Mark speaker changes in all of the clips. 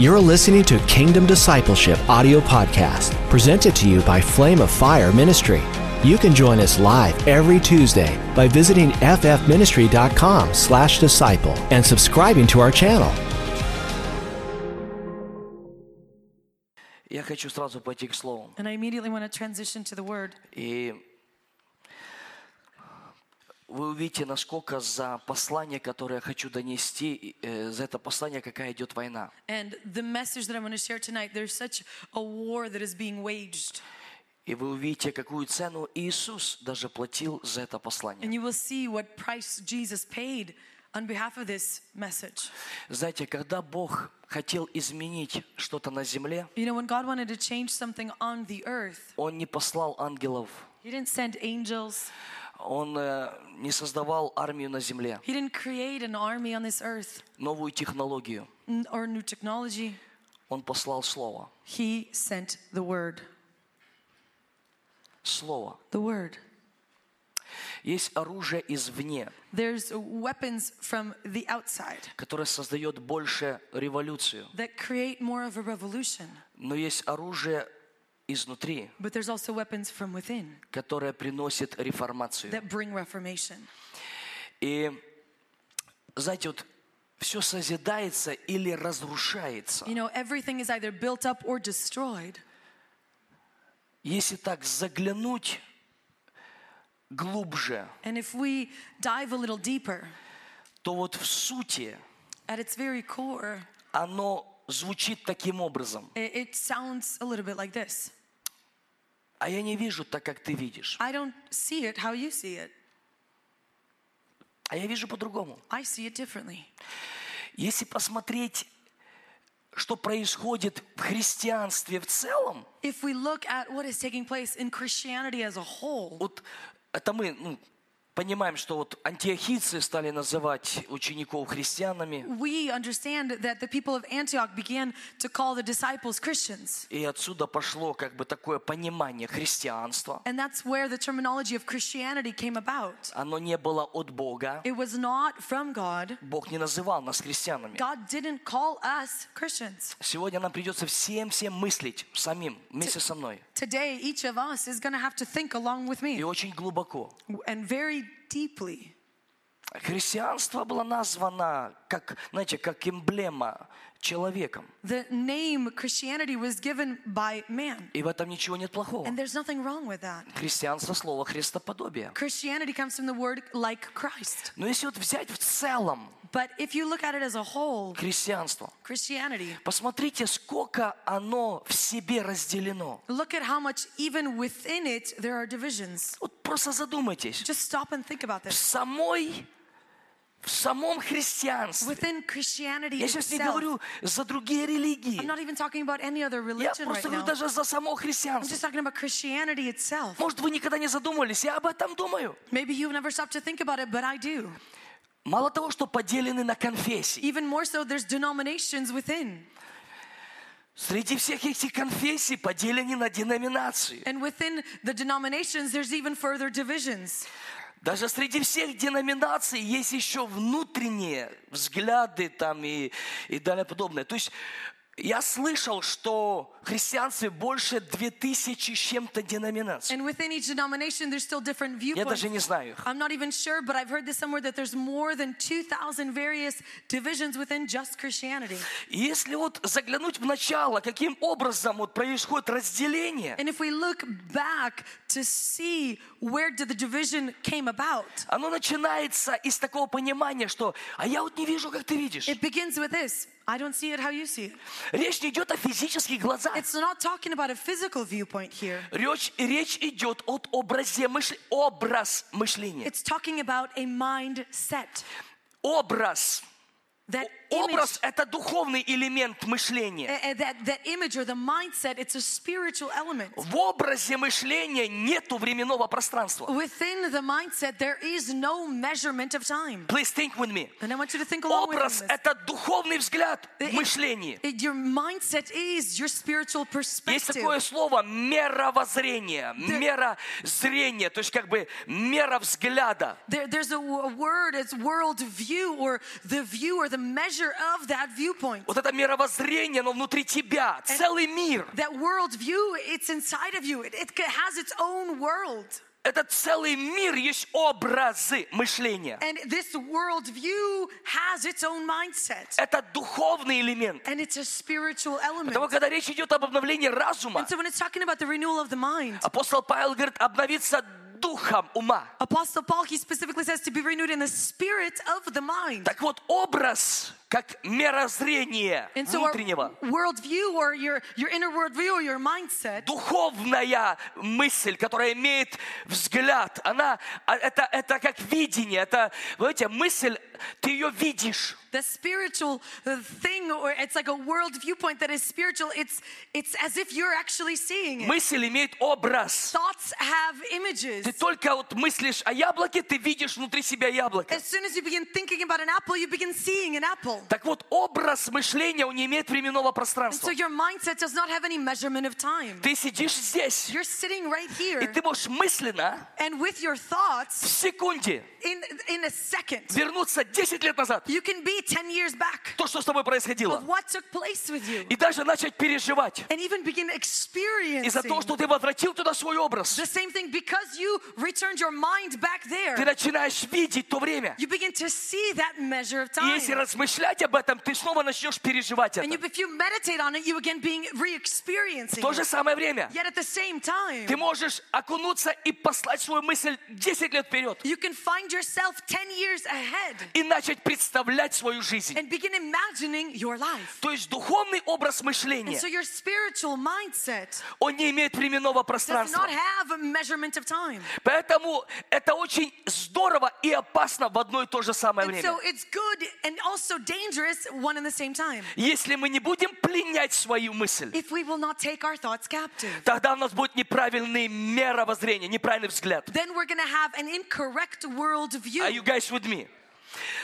Speaker 1: You're listening to Kingdom Discipleship audio podcast, presented to you by Flame of Fire Ministry. You can join us live every Tuesday by visiting ffministry.com slash disciple and subscribing to our channel.
Speaker 2: Я хочу сразу пойти к слову.
Speaker 3: And I immediately want to transition to the word.
Speaker 2: И вы увидите, насколько за послание, которое я хочу донести, э, за это послание, какая идет война.
Speaker 3: And the message that I'm going to share tonight, there's such a war that is being waged.
Speaker 2: И вы увидите, какую цену Иисус даже платил за это
Speaker 3: And
Speaker 2: послание.
Speaker 3: you will see what price Jesus paid on behalf of this message.
Speaker 2: Знаете, когда Бог хотел изменить что-то на земле,
Speaker 3: You know, when God wanted to change something on the earth,
Speaker 2: Он не послал ангелов,
Speaker 3: He didn't send angels,
Speaker 2: Он э, не создавал армию на земле,
Speaker 3: He didn't create an army on this earth
Speaker 2: новую технологию.
Speaker 3: n- or new technology.
Speaker 2: Он послал Слово.
Speaker 3: He sent the word.
Speaker 2: Слово.
Speaker 3: The word.
Speaker 2: Есть оружие извне,
Speaker 3: There's weapons from the outside
Speaker 2: которое создает больше революцию.
Speaker 3: that create more of a revolution,
Speaker 2: Но есть оружие изнутри,
Speaker 3: but there's also weapons from within.
Speaker 2: которое приносит реформацию.
Speaker 3: that bring reformation.
Speaker 2: И знаете, вот все созидается или разрушается.
Speaker 3: You know, everything is either built up or destroyed.
Speaker 2: Если так заглянуть глубже,
Speaker 3: And if we dive a little deeper,
Speaker 2: то вот в сути
Speaker 3: at its very core,
Speaker 2: оно звучит таким образом.
Speaker 3: it, it sounds a little bit like this
Speaker 2: А я не вижу так, как ты видишь.
Speaker 3: I don't see it how you see it,
Speaker 2: А я вижу по-другому.
Speaker 3: I see it differently.
Speaker 2: Если посмотреть, что происходит в христианстве в целом,
Speaker 3: If we look at what is taking place in Christianity as a whole,
Speaker 2: Вот это мы ну, понимаем, что вот антиохийцы стали называть учеников христианами,
Speaker 3: we understand that the people of Antioch began to call the disciples Christians.
Speaker 2: и отсюда пошло как бы такое понимание христианства.
Speaker 3: And that's where the terminology of Christianity came about.
Speaker 2: Оно не было от Бога.
Speaker 3: It was not from God,
Speaker 2: Бог не называл нас христианами.
Speaker 3: God didn't call us Christians.
Speaker 2: Сегодня нам придется всем-всем мыслить самим, вместе со мной.
Speaker 3: Today, each of us is going to have to think along with
Speaker 2: И
Speaker 3: me
Speaker 2: очень глубоко.
Speaker 3: and very deeply.
Speaker 2: Христианство было названо как, знаете, как эмблема человеком.
Speaker 3: The name Christianity was given by man,
Speaker 2: И в этом ничего нет плохого.
Speaker 3: and there's nothing wrong with that.
Speaker 2: Христианство – слово христоподобие.
Speaker 3: Christianity comes from the word like Christ.
Speaker 2: Но если вот взять в целом
Speaker 3: But if you look at it as a whole,
Speaker 2: христианство,
Speaker 3: Christianity,
Speaker 2: Посмотрите, сколько оно в себе разделено.
Speaker 3: look at how much even within it there are divisions.
Speaker 2: Вот просто задумайтесь.
Speaker 3: Just stop and think about
Speaker 2: В
Speaker 3: this.
Speaker 2: самой, в самом христианстве.
Speaker 3: Within Christianity
Speaker 2: Я сейчас не
Speaker 3: itself,
Speaker 2: говорю за другие
Speaker 3: I'm
Speaker 2: религии.
Speaker 3: not even talking about any
Speaker 2: Я
Speaker 3: other religion right
Speaker 2: просто говорю
Speaker 3: now.
Speaker 2: даже за само
Speaker 3: I'm just
Speaker 2: христианство.
Speaker 3: talking about Christianity itself.
Speaker 2: Может, вы никогда не задумывались, я об этом думаю.
Speaker 3: Maybe you've never stopped to think about it, but I do.
Speaker 2: Мало того, что поделены на конфессии.
Speaker 3: Even more so, there's denominations within.
Speaker 2: Среди всех этих конфессий поделены на деноминации.
Speaker 3: And within the denominations, there's even further divisions.
Speaker 2: Даже среди всех деноминаций есть еще внутренние взгляды там и, и далее подобное. То есть я слышал, что в христианстве больше 2000 с чем-то деноминаций.
Speaker 3: And within each denomination, there's still different
Speaker 2: Я
Speaker 3: viewpoints.
Speaker 2: даже не знаю их.
Speaker 3: I'm not even sure, but I've heard this somewhere that there's more than 2,000 various divisions within just Christianity.
Speaker 2: И Если вот заглянуть в начало, каким образом вот происходит разделение,
Speaker 3: And if we look back to see where did the division came about,
Speaker 2: оно начинается из такого понимания, что «а я вот не вижу, как ты видишь».
Speaker 3: it begins with this. I don't see it how you see it.
Speaker 2: Речь не идет о физических глазах.
Speaker 3: It's not talking about a physical viewpoint here.
Speaker 2: Речь, речь идет от образе мышл- образ мышления.
Speaker 3: It's talking about a mindset.
Speaker 2: Образ
Speaker 3: That image,
Speaker 2: Образ – это духовный элемент мышления.
Speaker 3: eh, eh, that, that image or the mindset, it's a spiritual element.
Speaker 2: В образе мышления нету временного пространства.
Speaker 3: Within the mindset, there is no measurement of time.
Speaker 2: Please think with me.
Speaker 3: And I want you to think along with
Speaker 2: Образ –
Speaker 3: me.
Speaker 2: это духовный взгляд в
Speaker 3: It-
Speaker 2: мышлении.
Speaker 3: It- Your mindset is your spiritual
Speaker 2: Есть такое
Speaker 3: perspective.
Speaker 2: слово «мировоззрение», «мера зрения», то есть как бы «мера взгляда».
Speaker 3: There, there's a, w- a word, it's world view or the view or the measure of that viewpoint.
Speaker 2: Вот это мировоззрение, оно внутри тебя, целый мир.
Speaker 3: That worldview, it's inside of you. It, it ca- has its own world.
Speaker 2: Это целый мир, есть образы мышления.
Speaker 3: And this worldview has its own mindset.
Speaker 2: Это духовный элемент.
Speaker 3: And it's a spiritual element.
Speaker 2: Потому когда речь идет об обновлении разума,
Speaker 3: And so when it's talking about the renewal of the mind,
Speaker 2: апостол Павел говорит, обновиться духом ума.
Speaker 3: Apostle Paul, he specifically says to be renewed in the spirit of the mind.
Speaker 2: Так вот, образ как мирозрение
Speaker 3: And so our
Speaker 2: внутреннего.
Speaker 3: worldview or your, your inner worldview or your mindset,
Speaker 2: Духовная мысль, которая имеет взгляд, она, а, это, это как видение, это, вы знаете, мысль, ты ее видишь.
Speaker 3: the spiritual uh, thing, or it's like a world viewpoint that is spiritual, it's, it's as if you're actually seeing it.
Speaker 2: Мысль имеет образ.
Speaker 3: Thoughts have images.
Speaker 2: Ты только вот мыслишь о яблоке, ты видишь внутри себя яблоко.
Speaker 3: As soon as you begin thinking about an apple, you begin seeing an apple.
Speaker 2: Так вот, образ мышления, он не имеет временного
Speaker 3: And
Speaker 2: пространства.
Speaker 3: so your mindset does not have any measurement of time.
Speaker 2: Ты сидишь здесь,
Speaker 3: You're sitting right
Speaker 2: и
Speaker 3: here,
Speaker 2: ты можешь мысленно
Speaker 3: and with your
Speaker 2: в
Speaker 3: thoughts,
Speaker 2: секунде
Speaker 3: in, in a second,
Speaker 2: вернуться 10 лет назад.
Speaker 3: You can be 10 years back
Speaker 2: То, что с тобой происходило.
Speaker 3: of what took place with you
Speaker 2: И даже начать переживать.
Speaker 3: and even begin experiencing
Speaker 2: Из-за того, что ты возвратил туда свой образ,
Speaker 3: the same thing because you returned your mind back
Speaker 2: ты
Speaker 3: there.
Speaker 2: начинаешь видеть то время.
Speaker 3: You begin to see that measure of
Speaker 2: И
Speaker 3: time.
Speaker 2: если размышлять об этом, ты снова начнешь переживать
Speaker 3: And you,
Speaker 2: это.
Speaker 3: if you meditate on it, you again being re-experiencing
Speaker 2: В то же
Speaker 3: it.
Speaker 2: самое время
Speaker 3: Yet at the same time,
Speaker 2: ты можешь окунуться и послать свою мысль 10 лет вперед
Speaker 3: you can find yourself 10 years ahead
Speaker 2: и начать представлять свою жизнь.
Speaker 3: and begin imagining your life.
Speaker 2: То есть духовный образ
Speaker 3: And
Speaker 2: мышления,
Speaker 3: so your spiritual mindset
Speaker 2: он не имеет временного
Speaker 3: does
Speaker 2: пространства.
Speaker 3: not have a measurement of time.
Speaker 2: Поэтому это очень здорово и опасно в одно и то же самое
Speaker 3: And so
Speaker 2: время.
Speaker 3: it's good and also dangerous one and the same time.
Speaker 2: Если мы не будем пленять свою мысль,
Speaker 3: If we will not take our thoughts captive,
Speaker 2: тогда у нас будет неправильный мировоззрение, неправильный взгляд.
Speaker 3: then we're going to have an incorrect world
Speaker 2: Are you
Speaker 3: view.
Speaker 2: guys with me?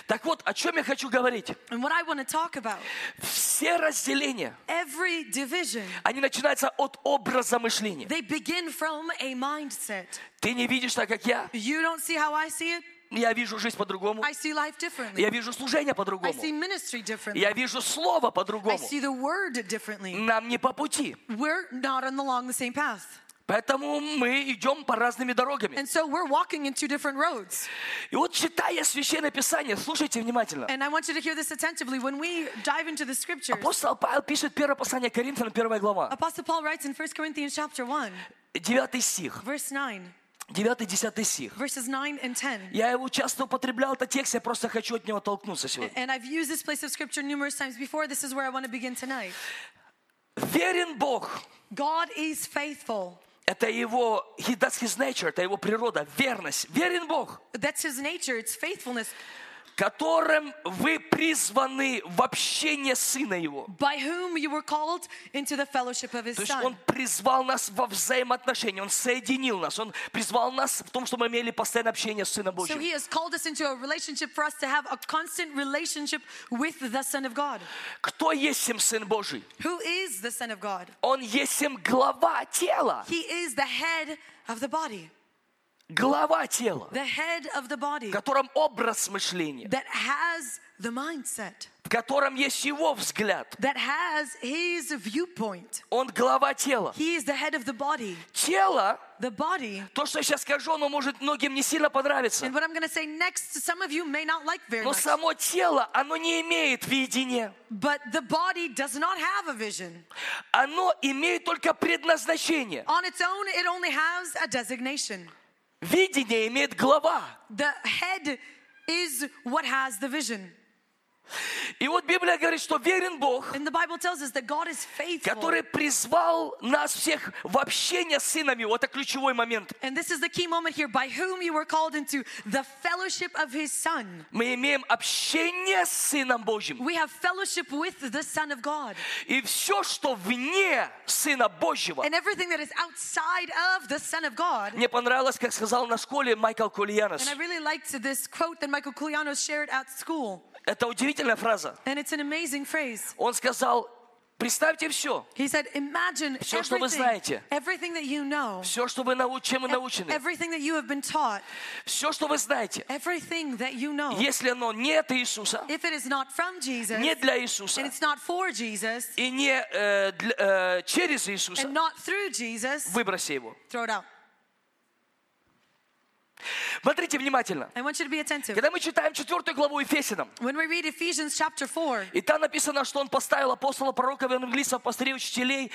Speaker 2: Так вот, о чем я хочу говорить.
Speaker 3: And what I want to talk about,
Speaker 2: Все разделения,
Speaker 3: every division,
Speaker 2: они начинаются от образа мышления.
Speaker 3: they begin from a mindset.
Speaker 2: Ты не видишь так, как я.
Speaker 3: You don't see how I see it?
Speaker 2: Я вижу жизнь по-другому.
Speaker 3: I see life differently.
Speaker 2: Я вижу служение
Speaker 3: I
Speaker 2: по-другому.
Speaker 3: see ministry differently.
Speaker 2: Я вижу слово
Speaker 3: I
Speaker 2: по-другому.
Speaker 3: see the word differently.
Speaker 2: Нам не по пути.
Speaker 3: We're not on the- along the same path.
Speaker 2: Поэтому мы идем по разными дорогами.
Speaker 3: And so we're walking in two different roads.
Speaker 2: И вот читая Священное Писание, слушайте внимательно.
Speaker 3: And I want you to hear this attentively. When we dive into the scriptures,
Speaker 2: Апостол Павел пишет первое послание Коринфянам, первая глава,
Speaker 3: Apostle Paul writes in 1 Corinthians chapter 1,
Speaker 2: 9 стих,
Speaker 3: verse 9,
Speaker 2: 9-10 стих.
Speaker 3: verses 9 and 10.
Speaker 2: Я его часто употреблял, этот текст, я просто хочу от него толкнуться сегодня.
Speaker 3: And I've used this place of scripture numerous times before. This is where I want to begin tonight.
Speaker 2: Верен Бог,
Speaker 3: God is faithful.
Speaker 2: Это его, he- that's his nature, это его природа, верность. Верен Бог,
Speaker 3: That's his nature, it's faithfulness.
Speaker 2: которым вы призваны в общение Сына Его.
Speaker 3: By whom you were called into the fellowship of his
Speaker 2: То есть
Speaker 3: son.
Speaker 2: Он призвал нас во взаимоотношения, Он соединил нас, Он призвал нас в том, что мы имели постоянное общение с Сыном
Speaker 3: So
Speaker 2: Божьим.
Speaker 3: he has called us into a relationship for us to have a constant relationship with the Son of God.
Speaker 2: Кто есть им Сын Божий?
Speaker 3: Who is the Son of God?
Speaker 2: Он есть им глава тела.
Speaker 3: He is the head of the body,
Speaker 2: Глава тела,
Speaker 3: the head of the body
Speaker 2: в котором образ мышления,
Speaker 3: that has the mindset,
Speaker 2: в котором есть его взгляд.
Speaker 3: that has his viewpoint.
Speaker 2: Он глава тела.
Speaker 3: He is the head of the body.
Speaker 2: Тело,
Speaker 3: The body
Speaker 2: то, что я сейчас скажу, оно может многим не sильно понравиться.
Speaker 3: And what I'm going to say next, some of you may not like very
Speaker 2: Но
Speaker 3: much,
Speaker 2: само тело, оно не имеет видения.
Speaker 3: but the body does not have a vision.
Speaker 2: Оно имеет только предназначение.
Speaker 3: On its own, it only has a designation.
Speaker 2: Видение имеет глава.
Speaker 3: The head is what has the vision.
Speaker 2: И вот Библия говорит, что верен Бог,
Speaker 3: And the Bible tells us that God is faithful.
Speaker 2: который призвал нас всех в общение с сынами. Вот это ключевой момент.
Speaker 3: And this is the key moment here by whom you were called into the fellowship of his son.
Speaker 2: Мы имеем общение с Сыном Божьим.
Speaker 3: We have fellowship with the Son of God.
Speaker 2: И все, что вне Сына Божьего.
Speaker 3: And everything that is outside of the Son of God.
Speaker 2: Мне понравилось, как сказал на школе Майкл Кулиянос.
Speaker 3: And I really liked this quote that Michael Koulianos shared at school.
Speaker 2: Это удивительная фраза.
Speaker 3: And it's an amazing phrase.
Speaker 2: Он сказал, Представьте все.
Speaker 3: He said, imagine
Speaker 2: Всё, что вы
Speaker 3: everything,
Speaker 2: знаете.
Speaker 3: everything that you know,
Speaker 2: Все, что вы нау-
Speaker 3: Э,
Speaker 2: чем вы научены.
Speaker 3: everything that you have been taught,
Speaker 2: Все, что вы знаете.
Speaker 3: everything that you know.
Speaker 2: Если оно не от Иисуса,
Speaker 3: If it is not from Jesus,
Speaker 2: не для
Speaker 3: and
Speaker 2: Иисуса,
Speaker 3: it's not for Jesus,
Speaker 2: и не э, для- э, через
Speaker 3: and
Speaker 2: Иисуса,
Speaker 3: not through Jesus,
Speaker 2: выброси его.
Speaker 3: throw it out.
Speaker 2: Смотрите внимательно.
Speaker 3: I want you to be attentive.
Speaker 2: Когда мы читаем 4 главу Ефесиным,
Speaker 3: When we read Ephesians chapter 4,
Speaker 2: и там написано, что он поставил апостола, пророков, евангелистов, пастырей, учителей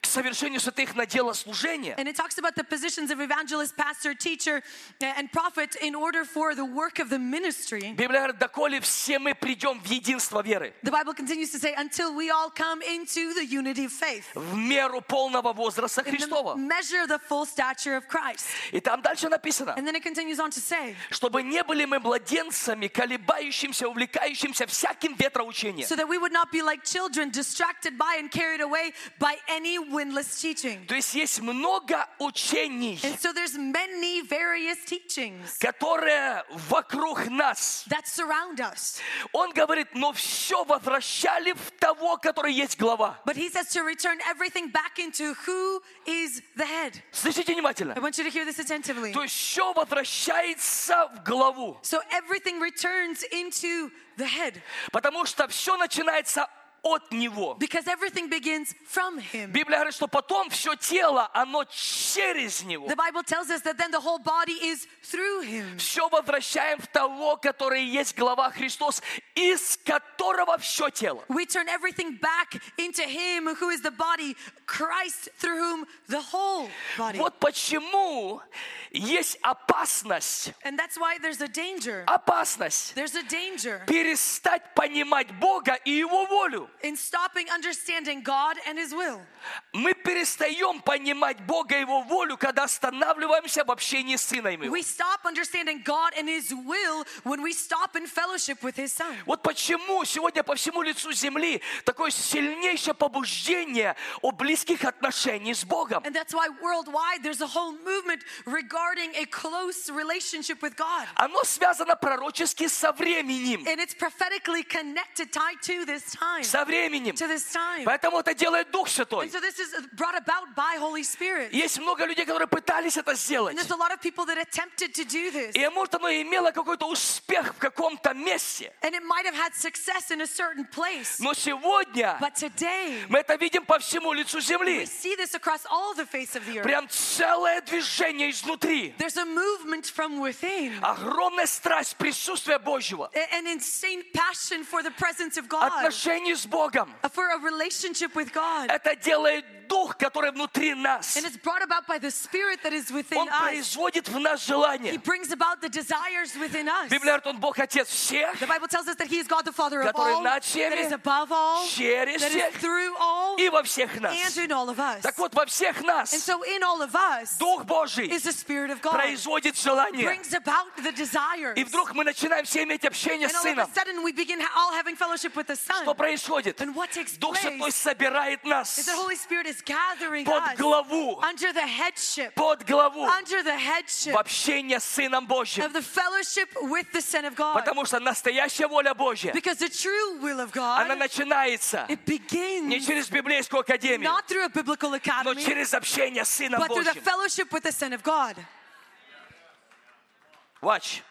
Speaker 2: к совершению святых на дело служения.
Speaker 3: and it talks about the positions of evangelist, pastor, teacher, and prophet in order for the work of the ministry.
Speaker 2: Библия говорит, доколе все мы придем в единство веры,
Speaker 3: The Bible continues to say, until we all come into the unity of faith,
Speaker 2: в меру полного возраста
Speaker 3: in the
Speaker 2: Христова.
Speaker 3: measure of the full stature of Christ.
Speaker 2: И там дальше написано,
Speaker 3: And then it continues on to say,
Speaker 2: чтобы не были мы младенцами, колебающимся, увлекающимся всяким ветроучением.
Speaker 3: so that we would not be like children, distracted by and carried away by any windless teaching.
Speaker 2: То есть есть много учений,
Speaker 3: And so there's many various teachings
Speaker 2: которые вокруг нас.
Speaker 3: that surround us.
Speaker 2: Он говорит, но все возвращали в того, который есть глава.
Speaker 3: But he says to return everything back into who is the head.
Speaker 2: Слышите внимательно.
Speaker 3: I want you to hear this attentively.
Speaker 2: То есть все возвращается в главу,
Speaker 3: So everything returns into the head
Speaker 2: потому что все начинается от него.
Speaker 3: because everything begins from him.
Speaker 2: Библия говорит, что потом все тело, оно через него.
Speaker 3: The Bible tells us that then the whole body is through him.
Speaker 2: Все возвращаем в того, который есть глава Христос, из которого все тело.
Speaker 3: We turn everything back into him who is the body, Christ through whom the whole body.
Speaker 2: Вот почему есть опасность,
Speaker 3: And that's why there's a danger.
Speaker 2: опасность
Speaker 3: There's a danger
Speaker 2: перестать понимать Бога и Его волю.
Speaker 3: in stopping understanding God and his will.
Speaker 2: Мы перестаем понимать Бога и Его волю, когда останавливаемся в общении с Сыном Его.
Speaker 3: We stop understanding God and his will when we stop in fellowship with his son.
Speaker 2: Вот почему сегодня по всему лицу земли такое сильнейшее побуждение о близких отношениях с Богом.
Speaker 3: And that's why worldwide there's a whole movement regarding a close relationship with God.
Speaker 2: Оно связано пророчески со временем.
Speaker 3: And it's prophetically connected, tied to this time.
Speaker 2: Со временем.
Speaker 3: To this time.
Speaker 2: Поэтому это делает Дух Святой.
Speaker 3: And so this is brought about by Holy Spirit.
Speaker 2: Есть много людей, которые пытались это сделать.
Speaker 3: And there's a lot of people that attempted to do this.
Speaker 2: И может оно имело какой-то успех в каком-то месте.
Speaker 3: And it might have had success in a certain place.
Speaker 2: Но сегодня
Speaker 3: But today,
Speaker 2: мы это видим по всему лицу
Speaker 3: we
Speaker 2: земли.
Speaker 3: see this across all the face of the earth.
Speaker 2: Прям целое движение изнутри.
Speaker 3: There's a movement from within,
Speaker 2: Огромная страсть присутствия Божьего.
Speaker 3: a- an insane passion for the presence of God,
Speaker 2: Отношения с Богом.
Speaker 3: for a relationship with God.
Speaker 2: Это делает Дух, который внутри нас.
Speaker 3: And it's brought about by the Spirit that is within
Speaker 2: Он
Speaker 3: us.
Speaker 2: производит в нас
Speaker 3: He
Speaker 2: желание.
Speaker 3: brings about the desires within us.
Speaker 2: Библия говорит, Он Бог Отец всех,
Speaker 3: The Bible tells us that He is God the Father of
Speaker 2: Который
Speaker 3: all,
Speaker 2: над
Speaker 3: that
Speaker 2: всеми,
Speaker 3: is above all,
Speaker 2: через
Speaker 3: that
Speaker 2: всех
Speaker 3: is through all,
Speaker 2: и во всех нас.
Speaker 3: and in all of us.
Speaker 2: Так вот, во всех нас
Speaker 3: And so in all of us
Speaker 2: Дух Божий
Speaker 3: is the Spirit of God.
Speaker 2: производит желание.
Speaker 3: brings about the desires.
Speaker 2: И вдруг мы начинаем все иметь общение
Speaker 3: and
Speaker 2: с
Speaker 3: all of
Speaker 2: Сыном.
Speaker 3: a sudden we begin ha- all having fellowship with the Son.
Speaker 2: Что происходит?
Speaker 3: And what takes
Speaker 2: Дух Святой
Speaker 3: place
Speaker 2: собирает
Speaker 3: is
Speaker 2: нас
Speaker 3: the Holy Spirit is gathering
Speaker 2: под
Speaker 3: us
Speaker 2: главу,
Speaker 3: under the headship,
Speaker 2: под главу
Speaker 3: under the headship
Speaker 2: в общение с Сыном Божьим.
Speaker 3: of the fellowship with the Son of God.
Speaker 2: Потому что настоящая воля Божья,
Speaker 3: because the true will of God,
Speaker 2: она начинается
Speaker 3: it
Speaker 2: не
Speaker 3: begins
Speaker 2: через библейскую академию,
Speaker 3: not through a biblical
Speaker 2: но
Speaker 3: academy,
Speaker 2: через общение с Сыном
Speaker 3: but through the
Speaker 2: Божьим.
Speaker 3: fellowship with the Son of God.
Speaker 2: Watch.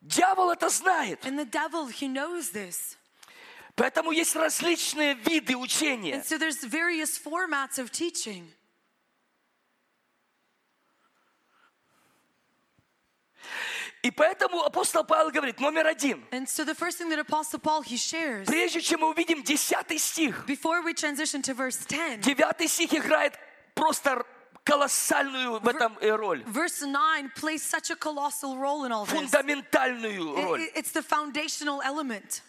Speaker 2: Дьявол это знает.
Speaker 3: And the devil, he knows this.
Speaker 2: Поэтому есть различные виды
Speaker 3: And
Speaker 2: учения.
Speaker 3: so there's various formats of teaching.
Speaker 2: И поэтому апостол Павел говорит, номер один.
Speaker 3: And so the first thing that Apostle Paul, he shares,
Speaker 2: Прежде чем мы увидим 10 стих,
Speaker 3: before we transition to verse 10,
Speaker 2: 9 стих играет просто колоссальную в этом э, роль.
Speaker 3: verse 9 plays such a colossal role in all this. It-
Speaker 2: Фундаментальную роль.
Speaker 3: it- It's the foundational element.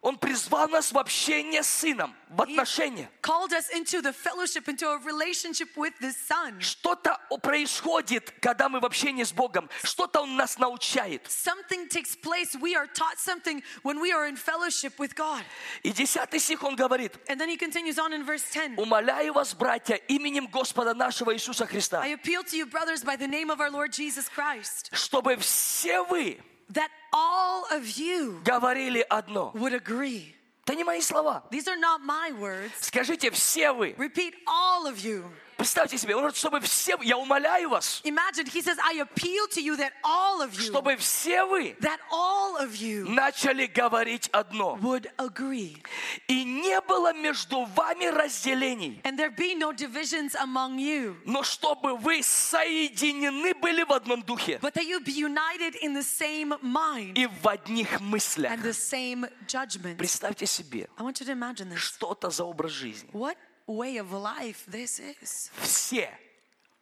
Speaker 2: Он призвал нас в общение с Сыном, в
Speaker 3: He
Speaker 2: отношения.
Speaker 3: called us into the fellowship, into a relationship with the Son.
Speaker 2: Что-то о- происходит, когда мы в общении с Богом. Что-то Он нас научает.
Speaker 3: Something takes place. We are taught something when we are in fellowship with God.
Speaker 2: И 10 стих он говорит,
Speaker 3: And then he continues on in verse
Speaker 2: Um,
Speaker 3: 10.
Speaker 2: «Умоляю вас, братья, именем Господа нашего Иисуса Христа,
Speaker 3: I appeal to you, brothers, by the name of our Lord Jesus Christ,
Speaker 2: чтобы все вы
Speaker 3: that all of you
Speaker 2: говорили одно.
Speaker 3: would agree.
Speaker 2: Это не мои слова.
Speaker 3: These are not my words.
Speaker 2: Скажите, все вы.
Speaker 3: Repeat all of you.
Speaker 2: Представьте себе, он говорит, чтобы все, вы- я умоляю вас,
Speaker 3: Imagine, he says, I appeal to you that all of you,
Speaker 2: чтобы все вы
Speaker 3: that all of you
Speaker 2: начали говорить одно.
Speaker 3: would agree
Speaker 2: И не было между вами разделений,
Speaker 3: and there be no divisions among you,
Speaker 2: но чтобы вы соединены были в одном духе
Speaker 3: but that you be united in the same mind
Speaker 2: и в одних мыслях.
Speaker 3: and the same judgment.
Speaker 2: Представьте себе,
Speaker 3: I want you to imagine this.
Speaker 2: что-то за образ жизни.
Speaker 3: What way of life this is.
Speaker 2: Все.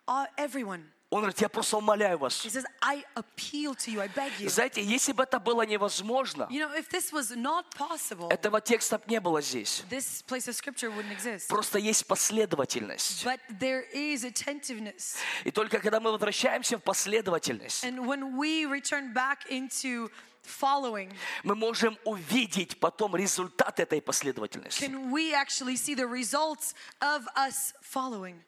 Speaker 3: Uh, everyone.
Speaker 2: Он говорит, я просто умоляю вас.
Speaker 3: He says, I appeal to you, I beg you.
Speaker 2: Знаете, если бы это было невозможно,
Speaker 3: You know, if this was not possible,
Speaker 2: этого текста б не было здесь.
Speaker 3: this place of scripture wouldn't exist.
Speaker 2: Просто есть последовательность.
Speaker 3: But there is attentiveness.
Speaker 2: И только когда мы возвращаемся в последовательность,
Speaker 3: And when we return back into following,
Speaker 2: мы можем увидеть потом результат этой последовательности.
Speaker 3: can we actually see the results of us following?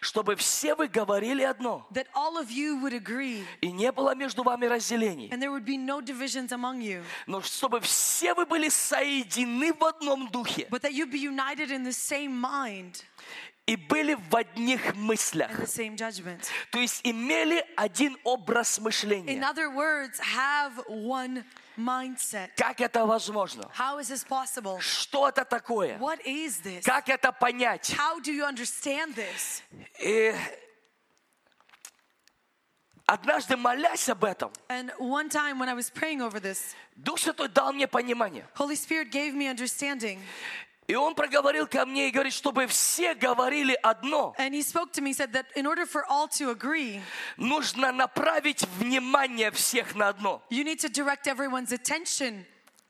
Speaker 2: Чтобы все вы говорили одно,
Speaker 3: That all of you would agree
Speaker 2: и не было между вами разделений,
Speaker 3: and there would be no divisions among you,
Speaker 2: но чтобы все вы были соединены в одном духе
Speaker 3: but that you be united in the same mind
Speaker 2: и были в одних мыслях.
Speaker 3: and the same judgment.
Speaker 2: То есть имели один образ
Speaker 3: In
Speaker 2: мышления.
Speaker 3: other words, have one mindset.
Speaker 2: Как это возможно?
Speaker 3: How is this possible?
Speaker 2: Что это такое?
Speaker 3: What is this?
Speaker 2: Как это понять?
Speaker 3: How do you understand this?
Speaker 2: И однажды, молясь об этом,
Speaker 3: And one time when I was praying over this,
Speaker 2: Дух Святой дал мне понимание.
Speaker 3: Holy Spirit gave me understanding.
Speaker 2: И Он проговорил ко мне и говорит, чтобы все говорили одно,
Speaker 3: And he spoke to me, said that in order for all to agree,
Speaker 2: нужно направить внимание всех на одно.
Speaker 3: you need to direct everyone's attention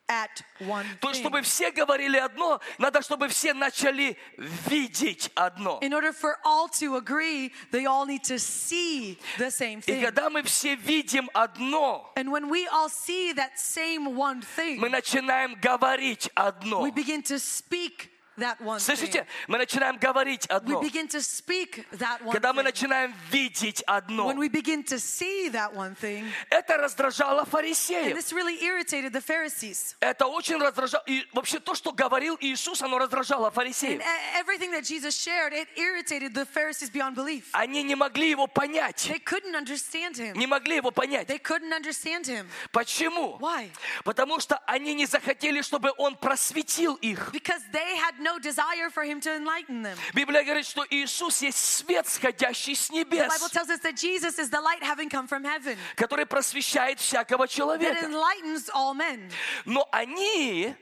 Speaker 3: at one
Speaker 2: То есть, чтобы
Speaker 3: thing.
Speaker 2: все говорили одно, надо, чтобы все начали видеть одно.
Speaker 3: In order for all to agree, they all need to see the same
Speaker 2: И
Speaker 3: thing.
Speaker 2: когда мы все видим одно,
Speaker 3: And when we all see that same one thing,
Speaker 2: мы начинаем говорить одно.
Speaker 3: we begin to speak that one thing.
Speaker 2: Слышите? Мы начинаем говорить
Speaker 3: We
Speaker 2: одно.
Speaker 3: begin to speak that one
Speaker 2: Когда мы
Speaker 3: thing.
Speaker 2: начинаем видеть
Speaker 3: When
Speaker 2: одно.
Speaker 3: we begin to see that one thing,
Speaker 2: Это раздражало
Speaker 3: and
Speaker 2: фарисеев.
Speaker 3: this really irritated the Pharisees.
Speaker 2: Это очень раздражало. И вообще то, что говорил Иисус, оно раздражало
Speaker 3: And
Speaker 2: фарисеев.
Speaker 3: e- everything that Jesus shared, it irritated the Pharisees beyond belief.
Speaker 2: Они не могли его понять.
Speaker 3: They couldn't understand him.
Speaker 2: Не могли его понять.
Speaker 3: They couldn't understand him.
Speaker 2: Почему?
Speaker 3: Why?
Speaker 2: Потому что они не захотели, чтобы он просветил их.
Speaker 3: Because they had no desire for him to enlighten them.
Speaker 2: Библия говорит, что Иисус есть свет, сходящий с
Speaker 3: The Bible
Speaker 2: небес,
Speaker 3: tells us that Jesus is the light having come from heaven
Speaker 2: который просвещает всякого
Speaker 3: that
Speaker 2: человека.
Speaker 3: enlightens all men.
Speaker 2: Но они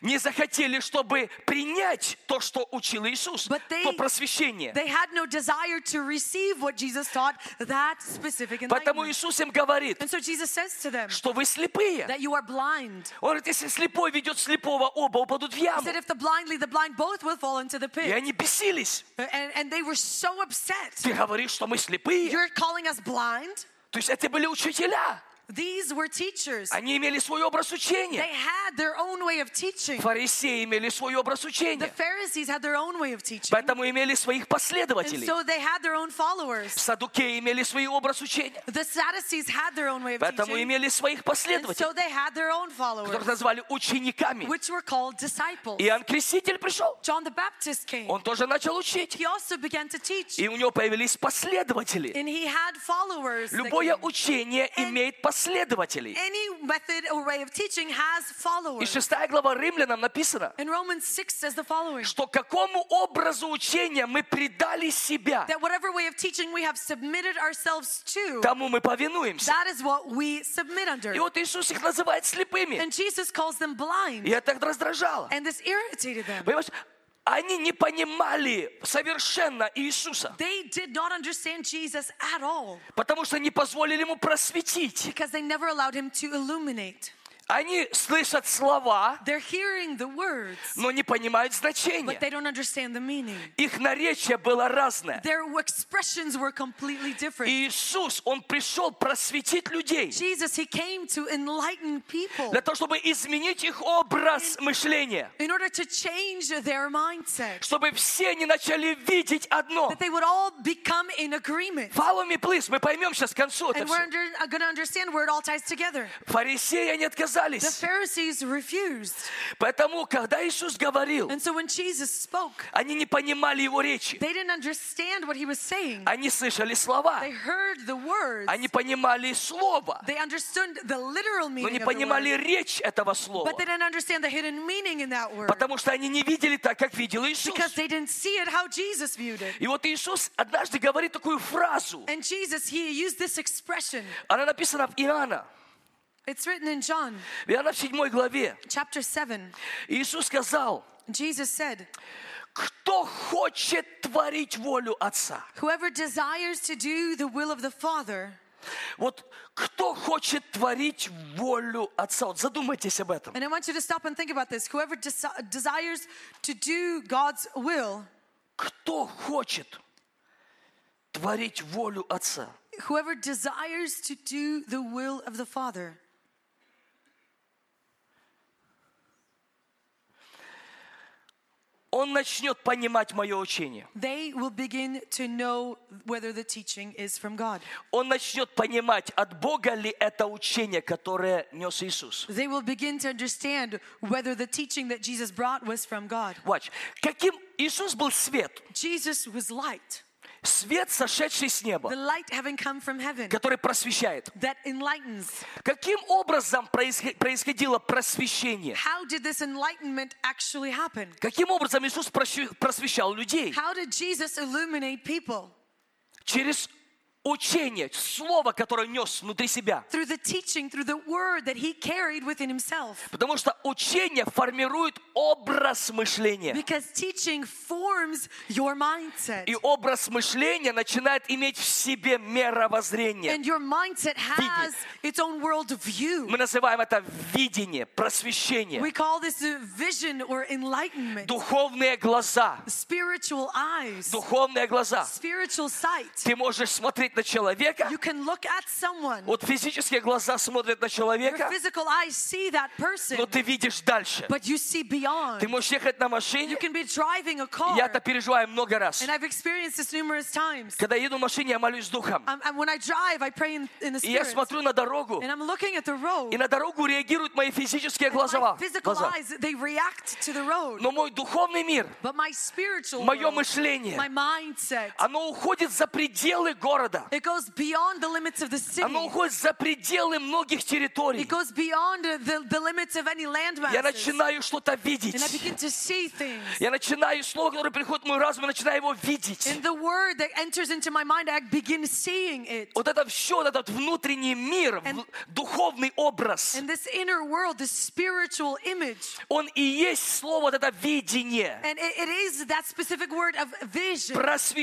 Speaker 2: не захотели, чтобы принять то, что учил Иисус,
Speaker 3: But they-
Speaker 2: то просвещение.
Speaker 3: They had no desire to receive what Jesus taught, that specific
Speaker 2: Поэтому
Speaker 3: enlightenment.
Speaker 2: Иисус им говорит,
Speaker 3: And so Jesus says to them
Speaker 2: что вы слепые.
Speaker 3: that you are blind.
Speaker 2: Он говорит, если слепой ведет слепого, оба упадут в
Speaker 3: He
Speaker 2: яму.
Speaker 3: said, if the blind lead the blind, both will fall into the
Speaker 2: И
Speaker 3: pit.
Speaker 2: они бесились.
Speaker 3: And, and they were so upset.
Speaker 2: Ты говоришь, что мы слепые.
Speaker 3: You're calling us blind?
Speaker 2: То есть это были учителя.
Speaker 3: These were teachers.
Speaker 2: Они имели свой образ учения.
Speaker 3: They had their own way of teaching.
Speaker 2: Фарисеи имели свой образ
Speaker 3: The
Speaker 2: учения.
Speaker 3: Pharisees had their own way of teaching.
Speaker 2: Поэтому имели своих
Speaker 3: And
Speaker 2: последователей.
Speaker 3: so they had their own followers.
Speaker 2: Садукеи имели свой образ учения.
Speaker 3: The Sadducees had their own way of
Speaker 2: Поэтому
Speaker 3: teaching.
Speaker 2: имели своих
Speaker 3: And
Speaker 2: последователей,
Speaker 3: so they had their own
Speaker 2: которых
Speaker 3: followers,
Speaker 2: назвали учениками.
Speaker 3: which were called disciples.
Speaker 2: Иоанн Креститель пришел.
Speaker 3: John the Baptist came.
Speaker 2: Он тоже начал учить.
Speaker 3: He also began to teach.
Speaker 2: И у него появились последователи.
Speaker 3: And he had followers. that
Speaker 2: Любое
Speaker 3: came.
Speaker 2: учение имеет последователей.
Speaker 3: Any method or way of teaching has
Speaker 2: И
Speaker 3: followers.
Speaker 2: 6 глава Римлянам написано,
Speaker 3: And Romans 6 says the following.
Speaker 2: что какому образу учения мы предали себя,
Speaker 3: That whatever way of teaching we have submitted ourselves to,
Speaker 2: тому мы повинуемся.
Speaker 3: that is what we submit under.
Speaker 2: И вот Иисус их называет слепыми.
Speaker 3: And Jesus calls them
Speaker 2: И
Speaker 3: blind.
Speaker 2: это их раздражало.
Speaker 3: And this irritated them.
Speaker 2: Понимаешь, они не понимали совершенно Иисуса,
Speaker 3: They did not understand Jesus at all
Speaker 2: потому что не позволили ему просветить.
Speaker 3: because they never allowed him to illuminate.
Speaker 2: Они слышат слова,
Speaker 3: They're hearing the words,
Speaker 2: но не понимают
Speaker 3: but
Speaker 2: значения.
Speaker 3: they don't understand the meaning.
Speaker 2: Их наречие было разное.
Speaker 3: Their expressions were completely different.
Speaker 2: И Иисус, Он пришел просветить людей,
Speaker 3: Jesus, he came to enlighten people
Speaker 2: для того, чтобы изменить их образ мышления,
Speaker 3: in order to change their mindset,
Speaker 2: чтобы все не начали видеть одно.
Speaker 3: that they would all become in agreement.
Speaker 2: Follow me, please, мы поймем сейчас к концу это
Speaker 3: And we're
Speaker 2: все.
Speaker 3: under, going to understand where it all ties together.
Speaker 2: Фарисеи, они
Speaker 3: The
Speaker 2: отказались.
Speaker 3: Pharisees refused.
Speaker 2: Поэтому, когда Иисус говорил,
Speaker 3: And so when Jesus spoke,
Speaker 2: они не понимали Его речи.
Speaker 3: they didn't understand what he was saying.
Speaker 2: Они слышали слова,
Speaker 3: They heard the words.
Speaker 2: они понимали слово,
Speaker 3: They understood the literal
Speaker 2: но не
Speaker 3: meaning of the
Speaker 2: понимали
Speaker 3: word,
Speaker 2: речь этого слова,
Speaker 3: but they didn't understand the hidden meaning in that word
Speaker 2: потому что они не видели так, как видел Иисус.
Speaker 3: because they didn't see it how Jesus viewed it.
Speaker 2: И вот Иисус однажды говорит такую фразу,
Speaker 3: And Jesus, he used this expression.
Speaker 2: она написана в Иоанна,
Speaker 3: It's written in John
Speaker 2: в Иоанна в 7 главе.
Speaker 3: chapter 7.
Speaker 2: Иисус сказал,
Speaker 3: Jesus said,
Speaker 2: кто хочет творить волю Отца?
Speaker 3: Whoever desires to do the will of the Father,
Speaker 2: Вот кто хочет творить волю Отца? Вот задумайтесь об этом.
Speaker 3: and I want you to stop and think about this. Whoever desi- desires to do God's will,
Speaker 2: Кто хочет творить волю Отца?
Speaker 3: whoever desires to do the will of the Father.
Speaker 2: Он начнет понимать мое учение.
Speaker 3: They will begin to know whether the teaching is from God.
Speaker 2: Он начнет понимать, от Бога ли это учение, которое нес Иисус.
Speaker 3: They will begin to understand whether the teaching that Jesus brought was from God.
Speaker 2: Watch. Каким Иисус был свет?
Speaker 3: Jesus was light,
Speaker 2: Свет, сошедший с неба,
Speaker 3: the light having come from heaven
Speaker 2: который просвещает.
Speaker 3: that enlightens.
Speaker 2: Каким образом происход- происходило просвещение?
Speaker 3: How did this enlightenment actually happen?
Speaker 2: Каким образом Иисус просве- просвещал людей?
Speaker 3: How did Jesus illuminate people?
Speaker 2: Через учение, слово, которое нес внутри себя.
Speaker 3: Through the teaching, through the word that he carried within himself.
Speaker 2: Потому что учение формирует образ мышления.
Speaker 3: Because teaching forms your mindset.
Speaker 2: И образ мышления начинает иметь в себе мировоззрение.
Speaker 3: And your mindset has its own world view.
Speaker 2: Мы называем это видение, просвещение,
Speaker 3: We call this uh, vision or enlightenment,
Speaker 2: духовные глаза.
Speaker 3: spiritual eyes.
Speaker 2: Духовные глаза.
Speaker 3: spiritual sight.
Speaker 2: Ты можешь смотреть на человека.
Speaker 3: You can look at someone.
Speaker 2: Вот физические глаза смотрят на
Speaker 3: Your
Speaker 2: человека,
Speaker 3: physical eyes see that person,
Speaker 2: но ты видишь дальше.
Speaker 3: but you see beyond.
Speaker 2: Ты можешь ехать на машине.
Speaker 3: You can be driving a car,
Speaker 2: Я это переживаю много раз.
Speaker 3: and I've experienced this numerous times.
Speaker 2: Когда еду в машине, я молюсь духом.
Speaker 3: Um, and when I drive, I pray in, in the
Speaker 2: И я
Speaker 3: spirit,
Speaker 2: смотрю на дорогу.
Speaker 3: and I'm looking at the road.
Speaker 2: И на дорогу реагируют мои физические
Speaker 3: and my
Speaker 2: глаза.
Speaker 3: physical
Speaker 2: глаза.
Speaker 3: eyes they react to the road,
Speaker 2: Но мой духовный мир,
Speaker 3: but my spiritual,
Speaker 2: мое
Speaker 3: world, my
Speaker 2: мышление,
Speaker 3: mindset,
Speaker 2: оно уходит за пределы города.
Speaker 3: it goes beyond the limits of the city.
Speaker 2: Оно уходит за пределы многих территорий.
Speaker 3: It goes beyond the, the limits of any landmass.
Speaker 2: Я начинаю что-то
Speaker 3: And I
Speaker 2: видеть.
Speaker 3: begin to see things.
Speaker 2: Я начинаю слово, которое приходит в мой разум, я начинаю его видеть.
Speaker 3: And the word that enters into my mind, I begin seeing it.
Speaker 2: Вот это все, вот этот внутренний мир, в-
Speaker 3: And-
Speaker 2: духовный образ,
Speaker 3: And this inner world, this spiritual image,
Speaker 2: он и есть слово, вот это видение,
Speaker 3: and it, it is that specific word of vision,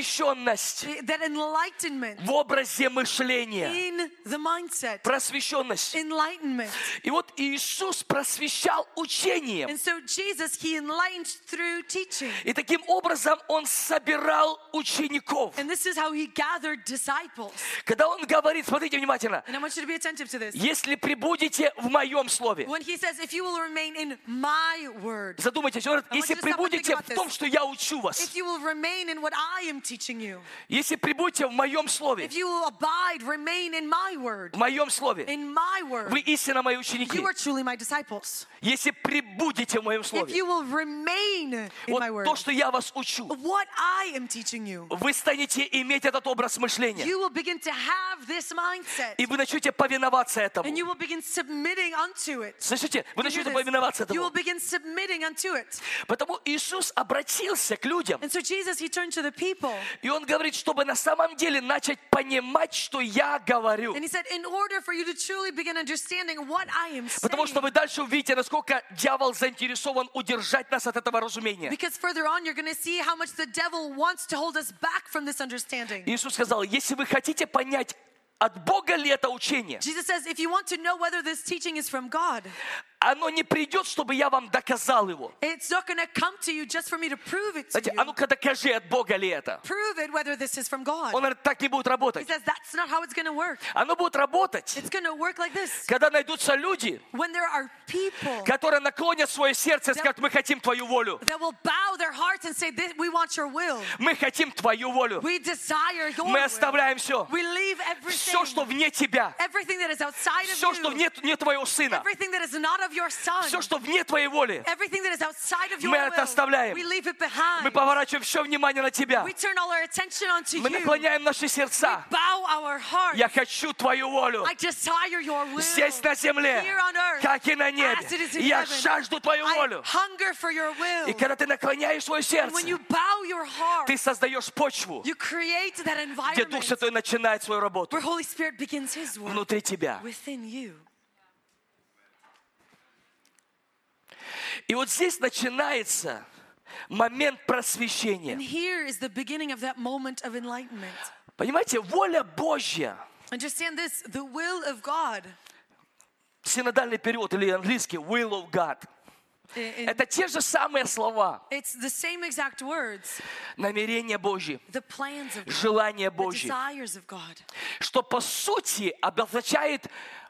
Speaker 2: просвещенность
Speaker 3: that enlightenment
Speaker 2: в образе мышления.
Speaker 3: in the mindset,
Speaker 2: Просвещенность.
Speaker 3: enlightenment.
Speaker 2: И вот Иисус просвещал учением.
Speaker 3: And so Jesus, he enlightened through teaching.
Speaker 2: И таким образом он собирал учеников.
Speaker 3: And this is how he gathered disciples.
Speaker 2: Когда он говорит, смотрите внимательно,
Speaker 3: And I want you to be attentive to this.
Speaker 2: если прибудете в моем слове,
Speaker 3: When he says, if you will remain in my word,
Speaker 2: задумайтесь, он говорит,
Speaker 3: I want
Speaker 2: если
Speaker 3: you to stop and think
Speaker 2: прибудете в
Speaker 3: about
Speaker 2: том,
Speaker 3: this.
Speaker 2: что я учу вас,
Speaker 3: if you will remain in what I am teaching you,
Speaker 2: если прибудете в моем слове,
Speaker 3: if you will abide, remain in my word,
Speaker 2: в моем слове,
Speaker 3: in my word,
Speaker 2: вы истинно мои ученики.
Speaker 3: you are truly my disciples.
Speaker 2: Если прибудете в моем
Speaker 3: If
Speaker 2: слове,
Speaker 3: you will remain in
Speaker 2: вот
Speaker 3: my word, Oh.
Speaker 2: то, что я вас учу,
Speaker 3: what I am teaching you,
Speaker 2: вы станете иметь этот образ мышления.
Speaker 3: you will begin to have this mindset
Speaker 2: И вы начнете повиноваться этому.
Speaker 3: and you will begin submitting unto it.
Speaker 2: Слышите? Вы
Speaker 3: You hear
Speaker 2: начнете
Speaker 3: this?
Speaker 2: повиноваться
Speaker 3: You will
Speaker 2: этому.
Speaker 3: begin submitting unto it.
Speaker 2: Потому Иисус обратился к людям.
Speaker 3: And so Jesus, he turned to the people
Speaker 2: И он говорит, чтобы на самом деле начать понимать, что я говорю.
Speaker 3: and he said, In order for you to truly begin understanding what I am
Speaker 2: Потому что
Speaker 3: saying,
Speaker 2: вы дальше увидите, насколько дьявол заинтересован удержать нас от этого разумения.
Speaker 3: because further on you're going to see how much the devil wants to hold us back from this understanding.
Speaker 2: Иисус сказал, если вы хотите понять, от Бога ли это учение?
Speaker 3: Jesus says, if you want to know whether this teaching is from God,
Speaker 2: Оно не придет, чтобы я вам доказал его.
Speaker 3: it's not going to come to you just for me to prove it to
Speaker 2: Знаете,
Speaker 3: you.
Speaker 2: а ну-ка докажи, от Бога ли это.
Speaker 3: Prove it whether this is from God.
Speaker 2: Он говорит, так не будет
Speaker 3: He
Speaker 2: работать.
Speaker 3: says, that's not how it's going to work.
Speaker 2: Оно будет работать,
Speaker 3: It's going to work like this.
Speaker 2: когда найдутся люди,
Speaker 3: When there are people
Speaker 2: которые наклонят свое сердце и скажут, мы хотим твою волю.
Speaker 3: that will bow their hearts and say, "This- we want your will.
Speaker 2: Мы хотим твою волю.
Speaker 3: We desire your
Speaker 2: Мы
Speaker 3: will.
Speaker 2: оставляем все.
Speaker 3: We leave everything,
Speaker 2: Все, что вне тебя.
Speaker 3: everything that is outside of
Speaker 2: Все, что
Speaker 3: you,
Speaker 2: вне, вне твоего сына.
Speaker 3: everything that is not of your son,
Speaker 2: Все, что вне твоей воли.
Speaker 3: everything that is outside of your
Speaker 2: Мы это оставляем.
Speaker 3: will, we leave it behind.
Speaker 2: Мы поворачиваем все внимание на тебя.
Speaker 3: We turn all our attention onto
Speaker 2: Мы
Speaker 3: you.
Speaker 2: наклоняем наши сердца.
Speaker 3: Bow our hearts.
Speaker 2: Я хочу твою волю.
Speaker 3: I desire your will.
Speaker 2: Здесь на земле,
Speaker 3: Here on earth,
Speaker 2: как и на небе.
Speaker 3: as it is in
Speaker 2: Я
Speaker 3: heaven.
Speaker 2: жажду твою
Speaker 3: I
Speaker 2: волю.
Speaker 3: hunger for your will.
Speaker 2: И когда ты наклоняешь свое
Speaker 3: And when
Speaker 2: сердце,
Speaker 3: you bow your heart,
Speaker 2: ты создаешь почву,
Speaker 3: you create that
Speaker 2: где Дух
Speaker 3: environment
Speaker 2: Святой начинает свою работу
Speaker 3: where Holy Spirit begins His work
Speaker 2: внутри тебя.
Speaker 3: within you.
Speaker 2: И вот здесь начинается момент просвещения.
Speaker 3: And here is the beginning of that moment of enlightenment.
Speaker 2: Понимаете, воля Божья,
Speaker 3: Understand this the will of God.
Speaker 2: синодальный период или английский will of God,
Speaker 3: i- in-
Speaker 2: это те же самые слова.
Speaker 3: eh, It's the same exact words
Speaker 2: Намерения Божьи,
Speaker 3: the plans of God,
Speaker 2: желания
Speaker 3: the
Speaker 2: Божьи,
Speaker 3: desires of God,
Speaker 2: что по сути обозначает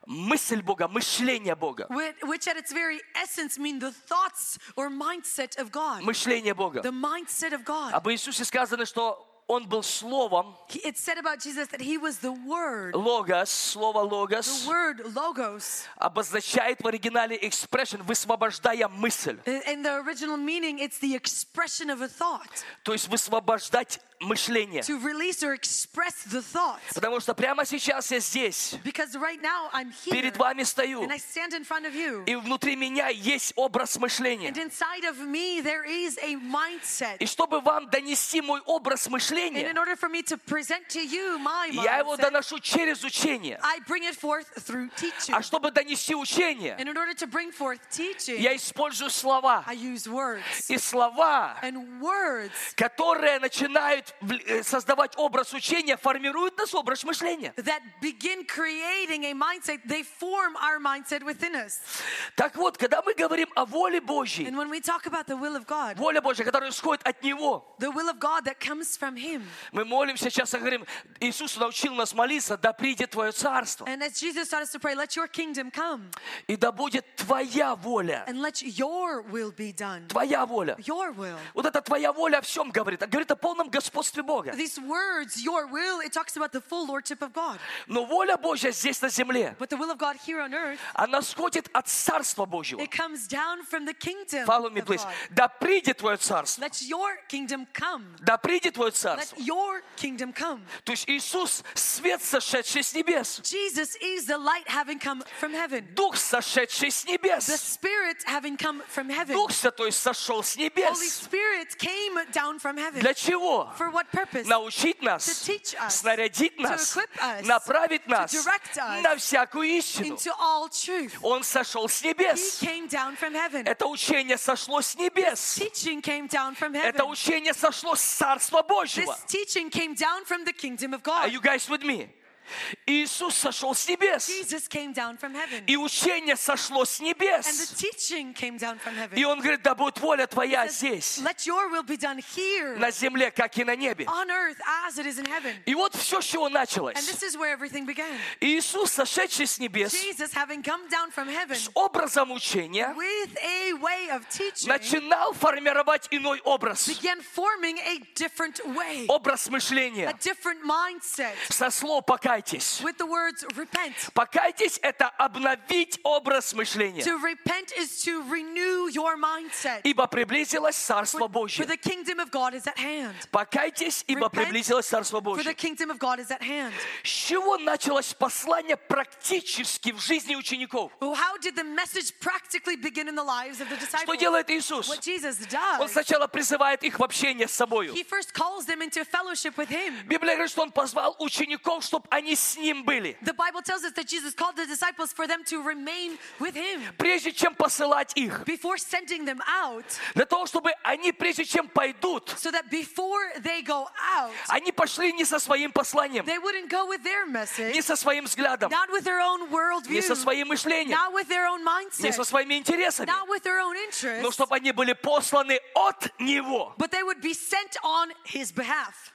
Speaker 2: мысль Бога, мышление Бога.
Speaker 3: whi- which at its very essence mean the thoughts or mindset of God.
Speaker 2: Мышление Бога.
Speaker 3: The mindset of God.
Speaker 2: Об Иисусе сказано, что Он был Словом,
Speaker 3: He- It's said about Jesus that He was the Word.
Speaker 2: логос, слово
Speaker 3: The
Speaker 2: логос,
Speaker 3: word logos
Speaker 2: обозначает в оригинале expression, высвобождая мысль.
Speaker 3: i- Eh, in the original meaning, it's the expression of a thought.
Speaker 2: То есть высвобождать мышление.
Speaker 3: To release or express the thought.
Speaker 2: Потому что прямо сейчас я здесь,
Speaker 3: Because right now I'm here
Speaker 2: перед вами стою,
Speaker 3: and I stand in front of you.
Speaker 2: и внутри меня есть образ мышления.
Speaker 3: And inside of me there is a
Speaker 2: И
Speaker 3: mindset.
Speaker 2: чтобы вам донести мой образ
Speaker 3: And
Speaker 2: мышления,
Speaker 3: in order for me to present to you my
Speaker 2: я его
Speaker 3: mindset,
Speaker 2: доношу через учение.
Speaker 3: I bring it forth through teaching.
Speaker 2: А чтобы донести учение,
Speaker 3: And in order to bring forth teaching,
Speaker 2: я использую слова.
Speaker 3: I use words.
Speaker 2: И слова,
Speaker 3: And words
Speaker 2: которые начинают вл- э, создавать образ учения, формируют нас образ мышления.
Speaker 3: that begin creating a mindset, they form our mindset within us.
Speaker 2: Так вот, когда мы говорим о воле Божьей,
Speaker 3: And when we talk about the will of God,
Speaker 2: воля Божья, которая исходит от Него,
Speaker 3: the will of God that comes from Him.
Speaker 2: мы молимся сейчас и говорим, Иисус научил нас молиться, да придет Твое Царство,
Speaker 3: And as Jesus taught us to pray, let your kingdom come
Speaker 2: и да будет Твоя воля,
Speaker 3: and let your will be done.
Speaker 2: Твоя воля.
Speaker 3: Your will.
Speaker 2: Вот это Твоя воля о всем говорит, а говорит о полном господстве Бога.
Speaker 3: These words, your will, it talks about the full lordship of God.
Speaker 2: Но воля Божья здесь на земле,
Speaker 3: But the will of God here on earth,
Speaker 2: она сходит от Царства Божьего.
Speaker 3: it comes down from the kingdom.
Speaker 2: Follow me,
Speaker 3: of
Speaker 2: please.
Speaker 3: God.
Speaker 2: Да придет Твое Царство,
Speaker 3: Let your kingdom come.
Speaker 2: да придет Твое
Speaker 3: Let
Speaker 2: Царство.
Speaker 3: your kingdom come.
Speaker 2: То есть Иисус – свет, сошедший с небес.
Speaker 3: Jesus is the light having come from heaven,
Speaker 2: Дух, сошедший с
Speaker 3: the
Speaker 2: небес.
Speaker 3: Spirit having come from heaven.
Speaker 2: Дух Святой сошел с
Speaker 3: Holy
Speaker 2: небес.
Speaker 3: Spirit came down from heaven.
Speaker 2: Для чего?
Speaker 3: For what purpose?
Speaker 2: Научить нас,
Speaker 3: To teach us,
Speaker 2: снарядить нас,
Speaker 3: equip us,
Speaker 2: направить нас
Speaker 3: direct us
Speaker 2: на всякую истину.
Speaker 3: Into all truth.
Speaker 2: Он сошел с
Speaker 3: He
Speaker 2: небес.
Speaker 3: came down from heaven.
Speaker 2: Это учение сошло с небес.
Speaker 3: Teaching came down from
Speaker 2: Это
Speaker 3: heaven.
Speaker 2: учение сошло с Царства Божьего.
Speaker 3: This teaching came down from the kingdom of
Speaker 2: Are
Speaker 3: God.
Speaker 2: you guys with me? Иисус сошел с небес.
Speaker 3: Jesus came down from heaven.
Speaker 2: И учение сошло с
Speaker 3: And the
Speaker 2: небес.
Speaker 3: teaching came down from
Speaker 2: И
Speaker 3: heaven.
Speaker 2: Он говорит, да будет воля Твоя
Speaker 3: Says,
Speaker 2: здесь.
Speaker 3: Let your will be done here
Speaker 2: на земле, как и на небе.
Speaker 3: on earth as it is in heaven.
Speaker 2: И вот все, с чего
Speaker 3: And
Speaker 2: началось.
Speaker 3: this is where everything began.
Speaker 2: Иисус, сошедший с небес,
Speaker 3: Jesus, having come down from heaven
Speaker 2: с образом учения,
Speaker 3: with a way of teaching,
Speaker 2: начинал формировать иной образ.
Speaker 3: began forming a different way,
Speaker 2: Образ
Speaker 3: a
Speaker 2: мышления.
Speaker 3: different mindset
Speaker 2: Со слов «покайтесь».
Speaker 3: with the words repent.
Speaker 2: Покайтесь – это обновить образ мышления.
Speaker 3: To repent is to renew your mindset.
Speaker 2: Ибо приблизилось Царство
Speaker 3: For, for
Speaker 2: Божье.
Speaker 3: the kingdom of God is at hand.
Speaker 2: Покайтесь, ибо
Speaker 3: Repent,
Speaker 2: приблизилось Царство
Speaker 3: For the
Speaker 2: Божье.
Speaker 3: kingdom of God is at hand.
Speaker 2: С чего началось послание практически в жизни учеников?
Speaker 3: Well, how did the message practically begin in the lives of the
Speaker 2: Что
Speaker 3: disciples?
Speaker 2: делает Иисус?
Speaker 3: What Jesus
Speaker 2: Он
Speaker 3: does,
Speaker 2: сначала призывает их в общение с собою.
Speaker 3: he first calls them into fellowship with him.
Speaker 2: Библия говорит, что он позвал учеников, чтобы они с ним были.
Speaker 3: The Bible tells us that Jesus called the disciples for them to remain with him
Speaker 2: Прежде чем посылать их.
Speaker 3: before sending them out,
Speaker 2: Для того, чтобы они, прежде чем пойдут,
Speaker 3: so that before they go out,
Speaker 2: они пошли не со своим посланием,
Speaker 3: they wouldn't go with their message,
Speaker 2: не со своим взглядом,
Speaker 3: not with their own
Speaker 2: не со
Speaker 3: worldview,
Speaker 2: своим мышлением,
Speaker 3: not with their own
Speaker 2: не со
Speaker 3: mindset,
Speaker 2: своими интересами,
Speaker 3: not with their own
Speaker 2: но
Speaker 3: interests,
Speaker 2: чтобы они были посланы от Него.
Speaker 3: but they would be sent on his behalf.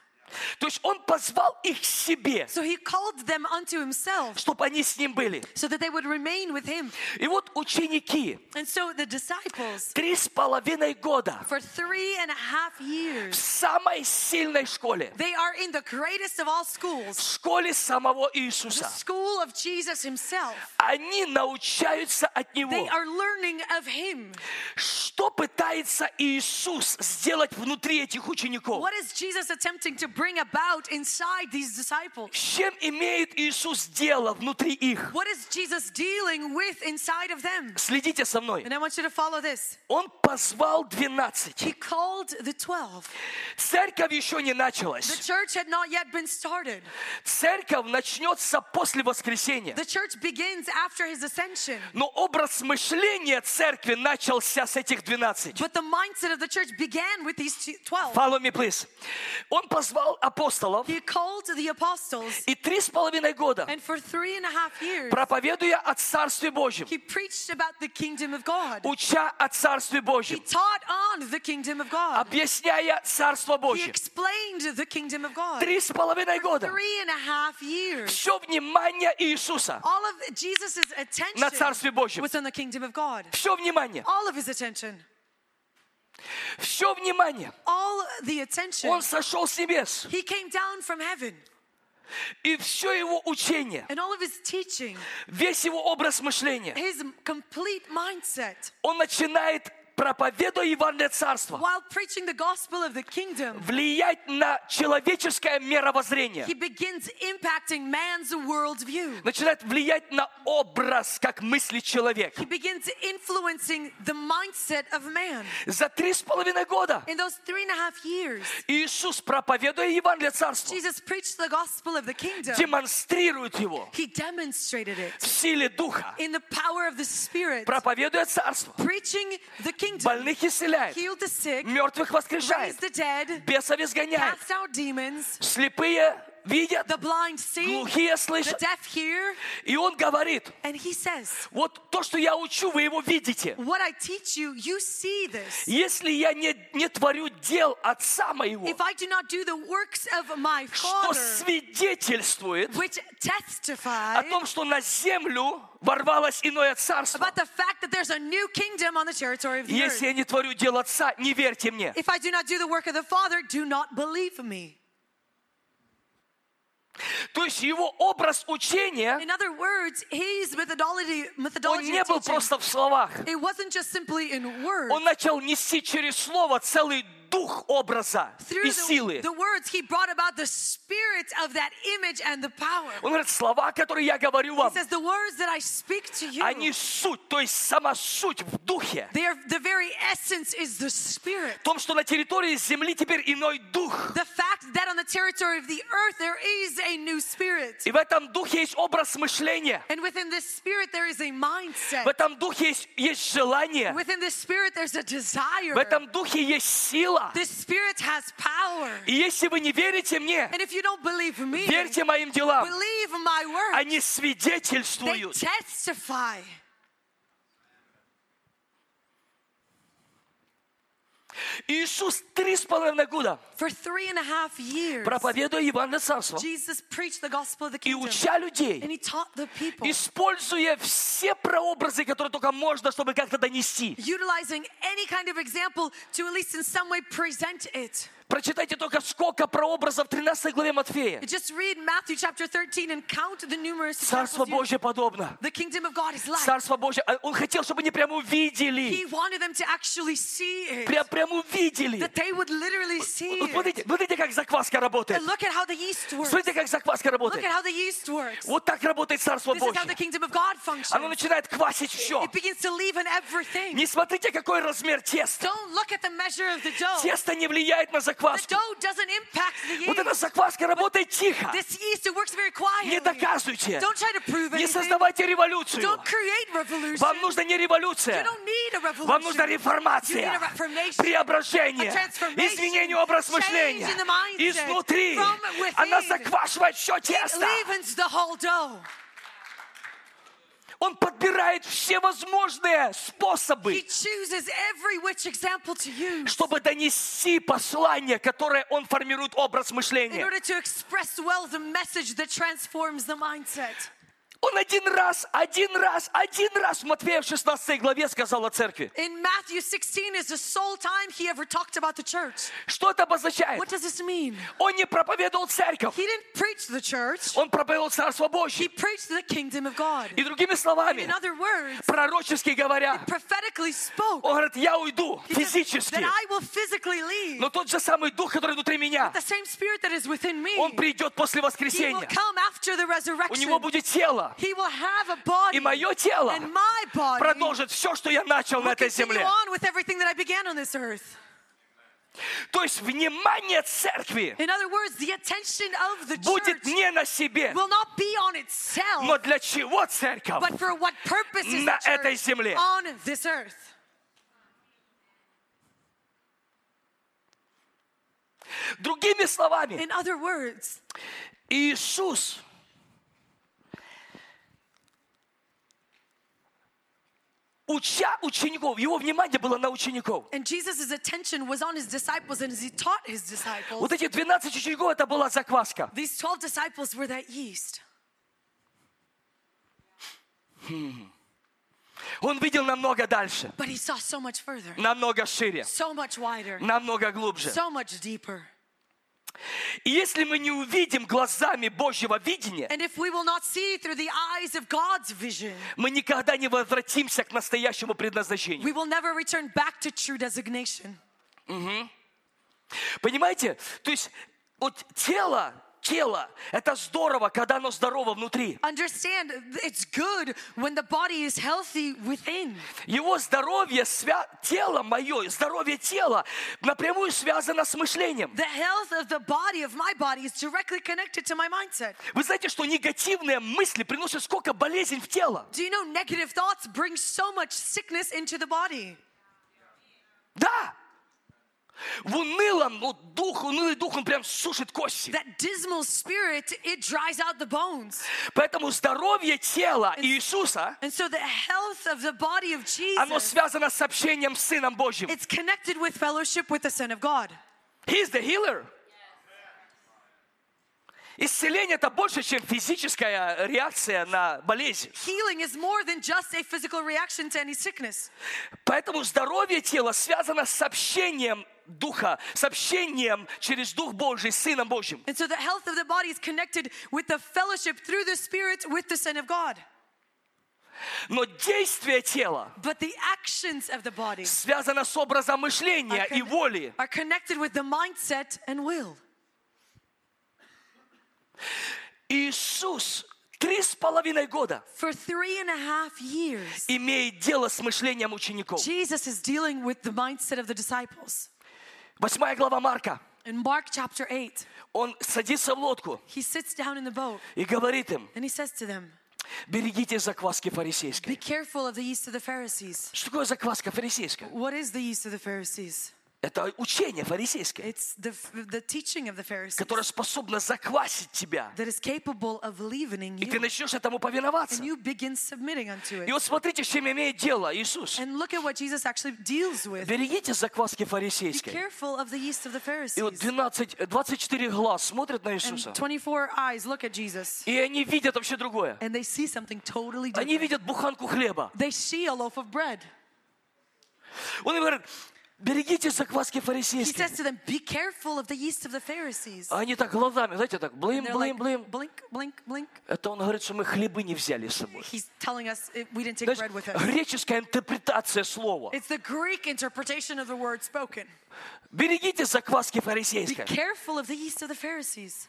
Speaker 2: То есть Он позвал их к себе,
Speaker 3: So he called them unto himself
Speaker 2: чтобы они с Ним были.
Speaker 3: so that they would remain with him.
Speaker 2: И вот ученики
Speaker 3: And so the disciples,
Speaker 2: три с половиной года
Speaker 3: for three and a half
Speaker 2: в
Speaker 3: years,
Speaker 2: самой сильной школе,
Speaker 3: they are in the greatest of all schools,
Speaker 2: в школе самого
Speaker 3: the
Speaker 2: Иисуса.
Speaker 3: school of Jesus himself.
Speaker 2: Они научаются от
Speaker 3: They
Speaker 2: Него,
Speaker 3: are learning of him.
Speaker 2: что пытается Иисус сделать внутри этих учеников.
Speaker 3: What is Jesus attempting to bring about inside these disciples?
Speaker 2: С чем имеет Иисус дело внутри их?
Speaker 3: What is Jesus dealing with inside of them?
Speaker 2: Следите со мной.
Speaker 3: And I want you to follow this.
Speaker 2: Он позвал 12.
Speaker 3: He called the 12.
Speaker 2: Церковь еще не
Speaker 3: The
Speaker 2: началась.
Speaker 3: church had not yet been started.
Speaker 2: Церковь начнется после воскресения.
Speaker 3: The church begins after his ascension.
Speaker 2: Но образ мышления церкви начался с этих 12.
Speaker 3: But the mindset of the church began with these two- 12.
Speaker 2: Follow me, please. Он позвал апостолов,
Speaker 3: He called the apostles,
Speaker 2: и три с половиной года,
Speaker 3: and for three and a half years,
Speaker 2: проповедуя о Царстве Божьем,
Speaker 3: he preached about the kingdom of God.
Speaker 2: уча о Царстве
Speaker 3: He
Speaker 2: Божьем,
Speaker 3: taught on the kingdom of God.
Speaker 2: объясняя Царство
Speaker 3: He
Speaker 2: Божье.
Speaker 3: explained the kingdom of God.
Speaker 2: Три с половиной года.
Speaker 3: Three and a half years.
Speaker 2: Все внимание Иисуса.
Speaker 3: All of Jesus'
Speaker 2: на Царстве
Speaker 3: attention
Speaker 2: Божьем.
Speaker 3: was on the kingdom of God.
Speaker 2: Все внимание.
Speaker 3: All of his attention.
Speaker 2: Все внимание.
Speaker 3: All the attention.
Speaker 2: Он сошел с небес.
Speaker 3: He came down from heaven.
Speaker 2: И все его учение,
Speaker 3: And all of his teaching,
Speaker 2: весь его образ мышления,
Speaker 3: his complete mindset,
Speaker 2: он начинает, проповедуя Евангелие Царства,
Speaker 3: while preaching the gospel of the kingdom,
Speaker 2: влиять на человеческое мировоззрение.
Speaker 3: he begins impacting man's worldview.
Speaker 2: Начинает влиять на образ, как мыслит человек.
Speaker 3: He begins influencing the mindset of man.
Speaker 2: За три с половиной года
Speaker 3: In those three and a half years,
Speaker 2: Иисус, проповедуя Евангелие Царства,
Speaker 3: Jesus preached the gospel of the kingdom.
Speaker 2: демонстрирует его
Speaker 3: He demonstrated it.
Speaker 2: в силе Духа,
Speaker 3: in the power of the Spirit,
Speaker 2: проповедуя Царство,
Speaker 3: preaching the kingdom,
Speaker 2: больных исцеляет,
Speaker 3: healed the sick,
Speaker 2: мертвых
Speaker 3: raise
Speaker 2: воскрешает,
Speaker 3: the dead,
Speaker 2: бесов изгоняет,
Speaker 3: cast out demons,
Speaker 2: Слепые видят,
Speaker 3: the blind see,
Speaker 2: глухие
Speaker 3: the
Speaker 2: слышат.
Speaker 3: deaf hear.
Speaker 2: И он говорит,
Speaker 3: And he says,
Speaker 2: вот то, что я учу, вы его видите.
Speaker 3: What I teach you, you see this.
Speaker 2: Если я не, не творю дел Отца моего,
Speaker 3: If I do not do the works of my
Speaker 2: что
Speaker 3: Father,
Speaker 2: свидетельствует
Speaker 3: which testify
Speaker 2: о том, что на землю ворвалось иное царство.
Speaker 3: about the fact that there's a new kingdom on the territory of the
Speaker 2: Если
Speaker 3: earth.
Speaker 2: я не творю дел Отца, не верьте мне.
Speaker 3: If I do not do the work of the Father, do not believe me.
Speaker 2: То есть его образ учения,
Speaker 3: In other words, his methodology,
Speaker 2: он
Speaker 3: methodology
Speaker 2: не
Speaker 3: of
Speaker 2: был
Speaker 3: teaching
Speaker 2: просто в словах.
Speaker 3: It wasn't just simply in words.
Speaker 2: Он начал нести через слово целый дух образа
Speaker 3: Through
Speaker 2: и
Speaker 3: the,
Speaker 2: силы.
Speaker 3: the words, he brought about the spirit of that image and the power.
Speaker 2: Он говорит, слова, которые я говорю вам,
Speaker 3: He says, The words that I speak to you,
Speaker 2: Они суть, то есть сама суть в духе.
Speaker 3: they are, the very essence is the spirit.
Speaker 2: В том, что на территории земли теперь иной дух.
Speaker 3: The fact that on the territory of the earth there is a new spirit.
Speaker 2: И в этом духе есть образ мышления.
Speaker 3: And within this spirit there is a mindset.
Speaker 2: В этом духе есть, есть желание.
Speaker 3: Within this spirit there's a desire.
Speaker 2: В этом духе есть сила.
Speaker 3: This spirit has power.
Speaker 2: И если вы не верите мне,
Speaker 3: And if you don't believe me,
Speaker 2: верьте моим делам.
Speaker 3: believe my words.
Speaker 2: Они
Speaker 3: They
Speaker 2: свидетельствуют.
Speaker 3: testify.
Speaker 2: Иисус три с половиной года,
Speaker 3: For three and a half years,
Speaker 2: проповедуя Евангелие Царства,
Speaker 3: Jesus preached the gospel of the
Speaker 2: и
Speaker 3: kingdom.
Speaker 2: уча
Speaker 3: And
Speaker 2: людей,
Speaker 3: he taught the people,
Speaker 2: используя все прообразы, которые только можно, чтобы как-то донести.
Speaker 3: utilizing any kind of example to at least in some way present it.
Speaker 2: Прочитайте только сколько прообразов в 13 главе Матфея.
Speaker 3: Just read Matthew chapter 13 and count the numerous
Speaker 2: Царство
Speaker 3: examples.
Speaker 2: Божье подобно.
Speaker 3: The kingdom of God is like.
Speaker 2: Царство Божье. а Он хотел, чтобы они прямо увидели.
Speaker 3: He wanted them to actually see it,
Speaker 2: Прям, прям увидели.
Speaker 3: that they would literally see
Speaker 2: Вот
Speaker 3: it.
Speaker 2: смотрите, смотрите, как закваска работает.
Speaker 3: And look at how the yeast works.
Speaker 2: Смотрите, как закваска
Speaker 3: Look
Speaker 2: работает.
Speaker 3: at how the yeast works.
Speaker 2: Вот так работает Царство
Speaker 3: This is how
Speaker 2: Божье.
Speaker 3: the kingdom of God
Speaker 2: Оно
Speaker 3: functions.
Speaker 2: начинает квасить все.
Speaker 3: It begins to leaven everything.
Speaker 2: Не смотрите, какой размер теста.
Speaker 3: Don't look at the measure of the dough.
Speaker 2: Тесто не влияет на
Speaker 3: The
Speaker 2: закваску.
Speaker 3: dough doesn't impact the
Speaker 2: Вот эта
Speaker 3: yeast.
Speaker 2: закваска работает тихо.
Speaker 3: This yeast, it works very
Speaker 2: Не
Speaker 3: quietly.
Speaker 2: доказывайте.
Speaker 3: Don't try to prove
Speaker 2: Не
Speaker 3: anything.
Speaker 2: создавайте революцию.
Speaker 3: Don't create revolution.
Speaker 2: Вам нужна не
Speaker 3: You
Speaker 2: революция.
Speaker 3: don't need a revolution.
Speaker 2: Вам нужна
Speaker 3: You need
Speaker 2: реформация,
Speaker 3: a reformation.
Speaker 2: преображение,
Speaker 3: A transformation.
Speaker 2: изменение образа
Speaker 3: Change
Speaker 2: мышления
Speaker 3: in the mindset.
Speaker 2: изнутри.
Speaker 3: From within.
Speaker 2: Она заквашивает все тесто.
Speaker 3: It leavens the whole dough.
Speaker 2: Он подбирает все возможные
Speaker 3: He
Speaker 2: способы,
Speaker 3: chooses every which example to use
Speaker 2: чтобы донести послание, которое он формирует образ
Speaker 3: in
Speaker 2: мышления.
Speaker 3: order to express well the message that transforms the mindset.
Speaker 2: Он один раз, один раз, один раз в Матфея в 16 главе сказал о церкви.
Speaker 3: In Matthew 16 is the sole time he ever talked about the church.
Speaker 2: Что это обозначает?
Speaker 3: What does this mean?
Speaker 2: Он не проповедовал церковь,
Speaker 3: He didn't preach the church.
Speaker 2: он проповедовал Царство
Speaker 3: He
Speaker 2: Божье.
Speaker 3: preached the kingdom of God.
Speaker 2: И другими
Speaker 3: In
Speaker 2: словами,
Speaker 3: other words,
Speaker 2: пророчески говоря,
Speaker 3: prophetically spoke
Speaker 2: он говорит, я уйду
Speaker 3: He says,
Speaker 2: физически,
Speaker 3: that I will physically leave.
Speaker 2: но тот же самый Дух, который внутри меня,
Speaker 3: The same spirit that is within me,
Speaker 2: он придет после
Speaker 3: he will
Speaker 2: воскресения.
Speaker 3: come after the
Speaker 2: У
Speaker 3: resurrection.
Speaker 2: него будет тело,
Speaker 3: He will have a body.
Speaker 2: и мое тело
Speaker 3: and my body
Speaker 2: продолжит все, что я начал на
Speaker 3: will
Speaker 2: этой
Speaker 3: continue
Speaker 2: земле.
Speaker 3: on with everything that I began on this earth.
Speaker 2: То есть внимание церкви
Speaker 3: In other words, the attention of the
Speaker 2: будет
Speaker 3: church
Speaker 2: не на себе,
Speaker 3: will not be on itself,
Speaker 2: но для чего церковь?
Speaker 3: but for what purpose is
Speaker 2: На
Speaker 3: the church
Speaker 2: этой земле.
Speaker 3: on this earth?
Speaker 2: Другими словами,
Speaker 3: In other words,
Speaker 2: Иисус уча учеников, его внимание было на учеников.
Speaker 3: and Jesus' attention was on his disciples and as he taught his disciples,
Speaker 2: Вот эти 12 учеников, это была закваска.
Speaker 3: these 12 disciples were that yeast.
Speaker 2: Он видел намного дальше,
Speaker 3: But he saw so much further,
Speaker 2: намного шире,
Speaker 3: so much wider,
Speaker 2: намного глубже.
Speaker 3: so much deeper.
Speaker 2: И если мы не увидим глазами Божьего видения,
Speaker 3: And if we will not see through the eyes of God's vision,
Speaker 2: мы никогда не возвратимся к настоящему предназначению.
Speaker 3: we will never return back to true designation.
Speaker 2: Понимаете? То есть вот тело, тело, это здорово, когда оно здорово внутри.
Speaker 3: Understand, it's good when the body is healthy within.
Speaker 2: Его здоровье, свя... тело мое, здоровье тела напрямую связано с мышлением.
Speaker 3: The health of the body, of my body, is directly connected to my mindset.
Speaker 2: Вы знаете, что негативные мысли приносят сколько болезней в тело?
Speaker 3: Do you know negative thoughts bring so much sickness into the body?
Speaker 2: Да! В унылом, вот дух, унылый дух, он прям сушит кости.
Speaker 3: That dismal spirit, it dries out the bones.
Speaker 2: Поэтому здоровье тела Иисуса,
Speaker 3: And so the health of the body of
Speaker 2: оно
Speaker 3: Jesus,
Speaker 2: связано с общением с Сыном Божьим.
Speaker 3: it's connected with fellowship with the Son of God.
Speaker 2: He's the healer. Исцеление это больше, чем физическая реакция на болезнь.
Speaker 3: Healing is more than just a physical reaction to any sickness.
Speaker 2: Поэтому здоровье тела связано с общением Духа, с общением через Дух Божий, с Сыном Божьим.
Speaker 3: And so the health of the body is connected with the fellowship through the Spirit with the Son of God.
Speaker 2: Но действие тела
Speaker 3: But the actions of the body
Speaker 2: связано с образом
Speaker 3: are,
Speaker 2: мышления и
Speaker 3: conne-
Speaker 2: воли.
Speaker 3: are connected with the mindset and will.
Speaker 2: Иисус три с половиной года
Speaker 3: For three and a half years,
Speaker 2: имеет дело с мышлением учеников.
Speaker 3: Jesus is dealing with the mindset of the disciples.
Speaker 2: Восьмая глава Марка.
Speaker 3: In Mark chapter 8,
Speaker 2: Он садится в лодку
Speaker 3: he sits down in the boat
Speaker 2: и говорит им,
Speaker 3: and he says to them,
Speaker 2: берегите закваски
Speaker 3: Be
Speaker 2: фарисейской.
Speaker 3: careful of the yeast of the Pharisees.
Speaker 2: Что такое закваска фарисейская?
Speaker 3: What is the yeast of the Pharisees?
Speaker 2: Это учение фарисейское,
Speaker 3: It's the, the teaching of the Pharisees
Speaker 2: которое способно заквасить тебя.
Speaker 3: that is capable of leavening
Speaker 2: И ты
Speaker 3: you.
Speaker 2: начнешь этому повиноваться.
Speaker 3: And you begin submitting unto it.
Speaker 2: И вот смотрите, с чем имеет дело Иисус.
Speaker 3: And look at what Jesus actually deals with.
Speaker 2: Берегите закваски
Speaker 3: Be
Speaker 2: фарисейской.
Speaker 3: careful of the yeast of the
Speaker 2: И вот
Speaker 3: Pharisees.
Speaker 2: 12, 24 глаз смотрят на
Speaker 3: And
Speaker 2: Иисуса.
Speaker 3: 24 eyes look at Jesus.
Speaker 2: И они видят вообще другое.
Speaker 3: And they see something totally
Speaker 2: Они
Speaker 3: different.
Speaker 2: видят буханку хлеба.
Speaker 3: They see a loaf of bread.
Speaker 2: Он им говорит, берегите закваски
Speaker 3: He
Speaker 2: фарисейской.
Speaker 3: says to them, Be careful of the yeast of the Pharisees.
Speaker 2: А они так глазами, знаете, так, блин,
Speaker 3: And they're
Speaker 2: блин,
Speaker 3: like,
Speaker 2: блин.
Speaker 3: Uh, Blink, blink, blink.
Speaker 2: Это он говорит, что мы хлебы не взяли с собой.
Speaker 3: He's telling us it, we didn't take
Speaker 2: Знаешь,
Speaker 3: bread with us.
Speaker 2: греческая интерпретация слова.
Speaker 3: It's the Greek interpretation of the word spoken.
Speaker 2: Берегите закваски
Speaker 3: Be
Speaker 2: фарисейской.
Speaker 3: careful of the yeast of the Pharisees.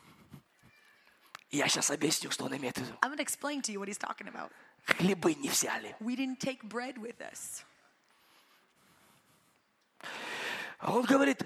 Speaker 2: Я сейчас объясню, что он имеет в виду.
Speaker 3: I'm going to explain to you what he's talking about.
Speaker 2: Хлебы не взяли.
Speaker 3: We didn't take bread with us.
Speaker 2: А он говорит,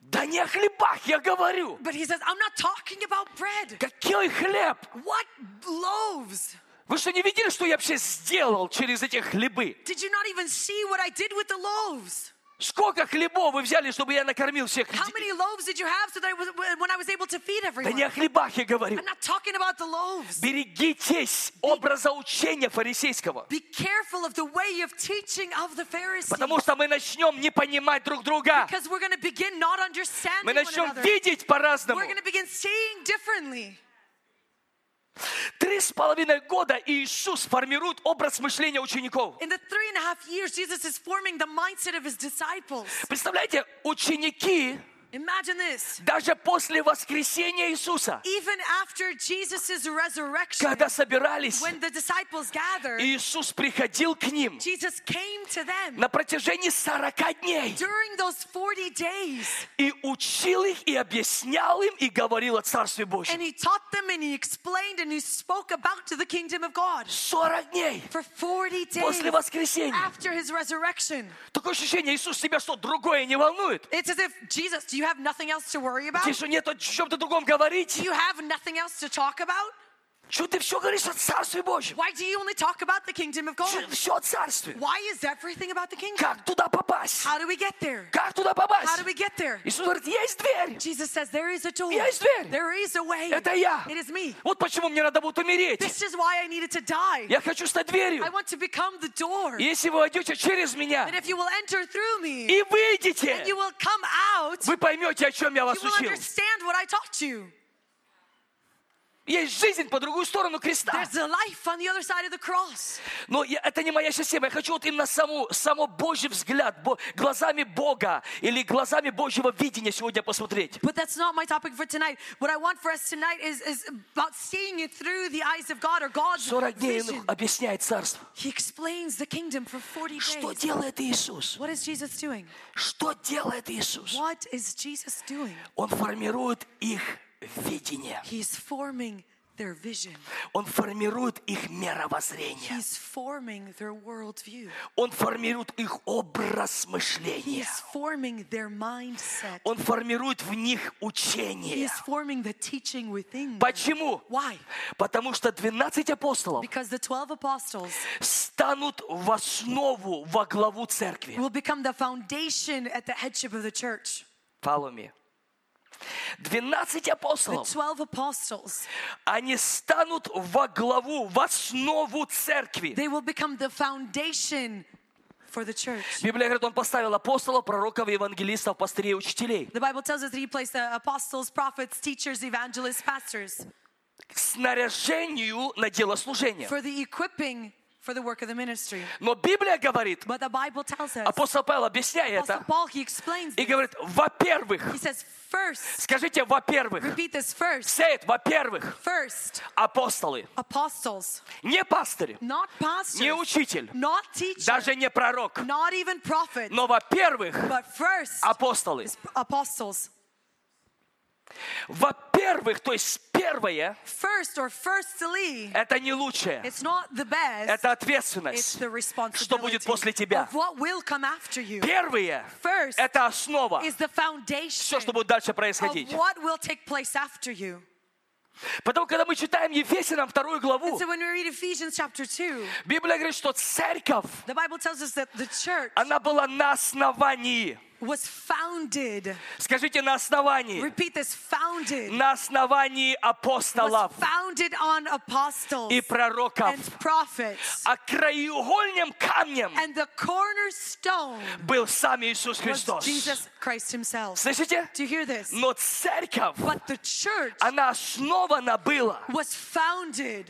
Speaker 2: Да не о хлебах я говорю.
Speaker 3: But he says, I'm not talking about bread.
Speaker 2: Какой хлеб?
Speaker 3: What loaves?
Speaker 2: Вы что, не видели, что я вообще сделал через эти хлебы?
Speaker 3: Did you not even see what I did with the loaves?
Speaker 2: Сколько хлебов вы взяли, чтобы я накормил всех
Speaker 3: How
Speaker 2: людей?
Speaker 3: many loaves did you have so that I was, when I was able to feed
Speaker 2: Да не о
Speaker 3: everyone?
Speaker 2: хлебах я говорю.
Speaker 3: I'm not talking about the loaves.
Speaker 2: Берегитесь образа учения фарисейского.
Speaker 3: Be careful of the way of teaching of the Pharisees.
Speaker 2: Потому что мы начнем не понимать друг друга.
Speaker 3: Because we're going to begin not
Speaker 2: Мы
Speaker 3: understanding one
Speaker 2: начнем
Speaker 3: another.
Speaker 2: видеть по-разному.
Speaker 3: We're going to begin seeing differently.
Speaker 2: Три с половиной года Иисус формирует образ мышления учеников.
Speaker 3: In the three and a half years, Jesus is forming the mindset of his disciples.
Speaker 2: Представляете, ученики
Speaker 3: Imagine this.
Speaker 2: даже после воскресения Иисуса,
Speaker 3: Even after Jesus' resurrection,
Speaker 2: когда собирались,
Speaker 3: when the disciples gathered,
Speaker 2: Иисус приходил к ним
Speaker 3: Jesus came to them
Speaker 2: на протяжении 40 дней
Speaker 3: during those 40 days
Speaker 2: и учил их, и объяснял им, и говорил о Царстве Божьем.
Speaker 3: and he taught them and he explained and he spoke about to the kingdom of God
Speaker 2: 40 дней
Speaker 3: for 40 days
Speaker 2: после воскресения.
Speaker 3: after his resurrection.
Speaker 2: Такое ощущение, Иисус, тебя что, другое не волнует?
Speaker 3: It's as if, Jesus, do you have nothing else to worry about?
Speaker 2: Тебе что, нет о чем-то другом
Speaker 3: Do
Speaker 2: говорить?
Speaker 3: you have nothing else to talk about?
Speaker 2: Что ты все говоришь о Царстве Божьем?
Speaker 3: Why do you only talk about the kingdom of God?
Speaker 2: Все о Царстве.
Speaker 3: Why is everything about the kingdom?
Speaker 2: Как туда попасть?
Speaker 3: How do we get there?
Speaker 2: Как туда
Speaker 3: How
Speaker 2: попасть?
Speaker 3: do we get there?
Speaker 2: Иисус говорит, есть дверь.
Speaker 3: Jesus says, There is a door.
Speaker 2: Есть дверь.
Speaker 3: There is a way.
Speaker 2: Это я.
Speaker 3: It is me.
Speaker 2: Вот почему мне надо будет умереть.
Speaker 3: This is why I needed to die.
Speaker 2: Я хочу стать
Speaker 3: I
Speaker 2: дверью.
Speaker 3: want to become the door.
Speaker 2: И Если вы войдете через меня
Speaker 3: And if you will enter through me,
Speaker 2: и выйдете,
Speaker 3: and you will come out,
Speaker 2: вы pоймете, о чем я
Speaker 3: you
Speaker 2: вас
Speaker 3: will
Speaker 2: учил.
Speaker 3: understand what I taught you.
Speaker 2: Есть жизнь по другую сторону креста.
Speaker 3: There's a life on the other side of the cross.
Speaker 2: Но я- это не моя система. Я хочу вот именно саму, само Божий взгляд, Бо- глазами Бога или глазами Божьего видения сегодня посмотреть.
Speaker 3: But that's not my topic for tonight. What I want for us tonight is, is about seeing it through the eyes of God or God's
Speaker 2: 40 дней
Speaker 3: vision.
Speaker 2: он объясняет царство.
Speaker 3: He explains the kingdom for 40
Speaker 2: Что
Speaker 3: days.
Speaker 2: делает Иисус?
Speaker 3: What is Jesus doing?
Speaker 2: Что делает Иисус?
Speaker 3: What is Jesus doing?
Speaker 2: Он формирует их видение.
Speaker 3: He's forming their vision.
Speaker 2: Он формирует их мировоззрение.
Speaker 3: He's forming their worldview.
Speaker 2: Он формирует их образ мышления.
Speaker 3: He's forming their mindset.
Speaker 2: Он формирует в них учение.
Speaker 3: He's forming the teaching within. them.
Speaker 2: Почему?
Speaker 3: Why?
Speaker 2: Потому что 12 апостолов
Speaker 3: Because the 12 apostles
Speaker 2: станут в основу, во главу церкви.
Speaker 3: will become the foundation at the headship of the church.
Speaker 2: Follow me. 12
Speaker 3: The
Speaker 2: апостолов,
Speaker 3: 12 apostles,
Speaker 2: они станут во главу, в основу церкви.
Speaker 3: they will become the foundation for the church.
Speaker 2: Библия говорит, он поставил апостолов, пророков, евангелистов, пастырей и учителей.
Speaker 3: The Bible tells us that he placed the apostles, prophets, teachers, evangelists, pastors
Speaker 2: К снаряжению на дело служения.
Speaker 3: for the equipping for the work of the ministry.
Speaker 2: Но Библия говорит,
Speaker 3: But the Bible tells us,
Speaker 2: апостол Павел объясняет
Speaker 3: Apostle
Speaker 2: это
Speaker 3: Paul, he explains
Speaker 2: и
Speaker 3: this.
Speaker 2: говорит, во-первых,
Speaker 3: He says, first,
Speaker 2: скажите, во-первых,
Speaker 3: repeat this first,
Speaker 2: сеет, во-первых,
Speaker 3: first,
Speaker 2: апостолы,
Speaker 3: apostles,
Speaker 2: не пастыри,
Speaker 3: not
Speaker 2: не
Speaker 3: pastors,
Speaker 2: учитель,
Speaker 3: not teachers,
Speaker 2: даже не пророк,
Speaker 3: not even prophets,
Speaker 2: но, во-первых,
Speaker 3: but first,
Speaker 2: апостолы.
Speaker 3: is apostles.
Speaker 2: Во-первых, то есть первое,
Speaker 3: First or firstly,
Speaker 2: это не лучшее,
Speaker 3: it's not the best,
Speaker 2: это
Speaker 3: it's
Speaker 2: ответственность.
Speaker 3: the
Speaker 2: Что будет после
Speaker 3: responsibility
Speaker 2: тебя?
Speaker 3: of what will come after you.
Speaker 2: Первое,
Speaker 3: First
Speaker 2: это основа,
Speaker 3: is the foundation
Speaker 2: все, что будет дальше
Speaker 3: of
Speaker 2: происходить.
Speaker 3: what will take place after you.
Speaker 2: Потому когда мы читаем Ефесянам вторую
Speaker 3: And
Speaker 2: главу,
Speaker 3: so when we read Ephesians chapter 2,
Speaker 2: Библия говорит, что церковь,
Speaker 3: the Bible tells us that the church
Speaker 2: она была на основании.
Speaker 3: was founded.
Speaker 2: Скажите, на основании.
Speaker 3: Repeat this founded.
Speaker 2: На основании
Speaker 3: Was
Speaker 2: апостолов
Speaker 3: founded on apostles
Speaker 2: и пророков.
Speaker 3: and prophets.
Speaker 2: А краеугольным камнем
Speaker 3: And the cornerstone
Speaker 2: был сам Иисус
Speaker 3: was
Speaker 2: Христос.
Speaker 3: Jesus Christ himself.
Speaker 2: Слышите?
Speaker 3: Do you hear this?
Speaker 2: Но церковь,
Speaker 3: But the church
Speaker 2: она основана была
Speaker 3: was founded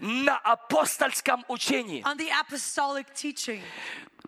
Speaker 2: на апостольском учении.
Speaker 3: on the apostolic teaching.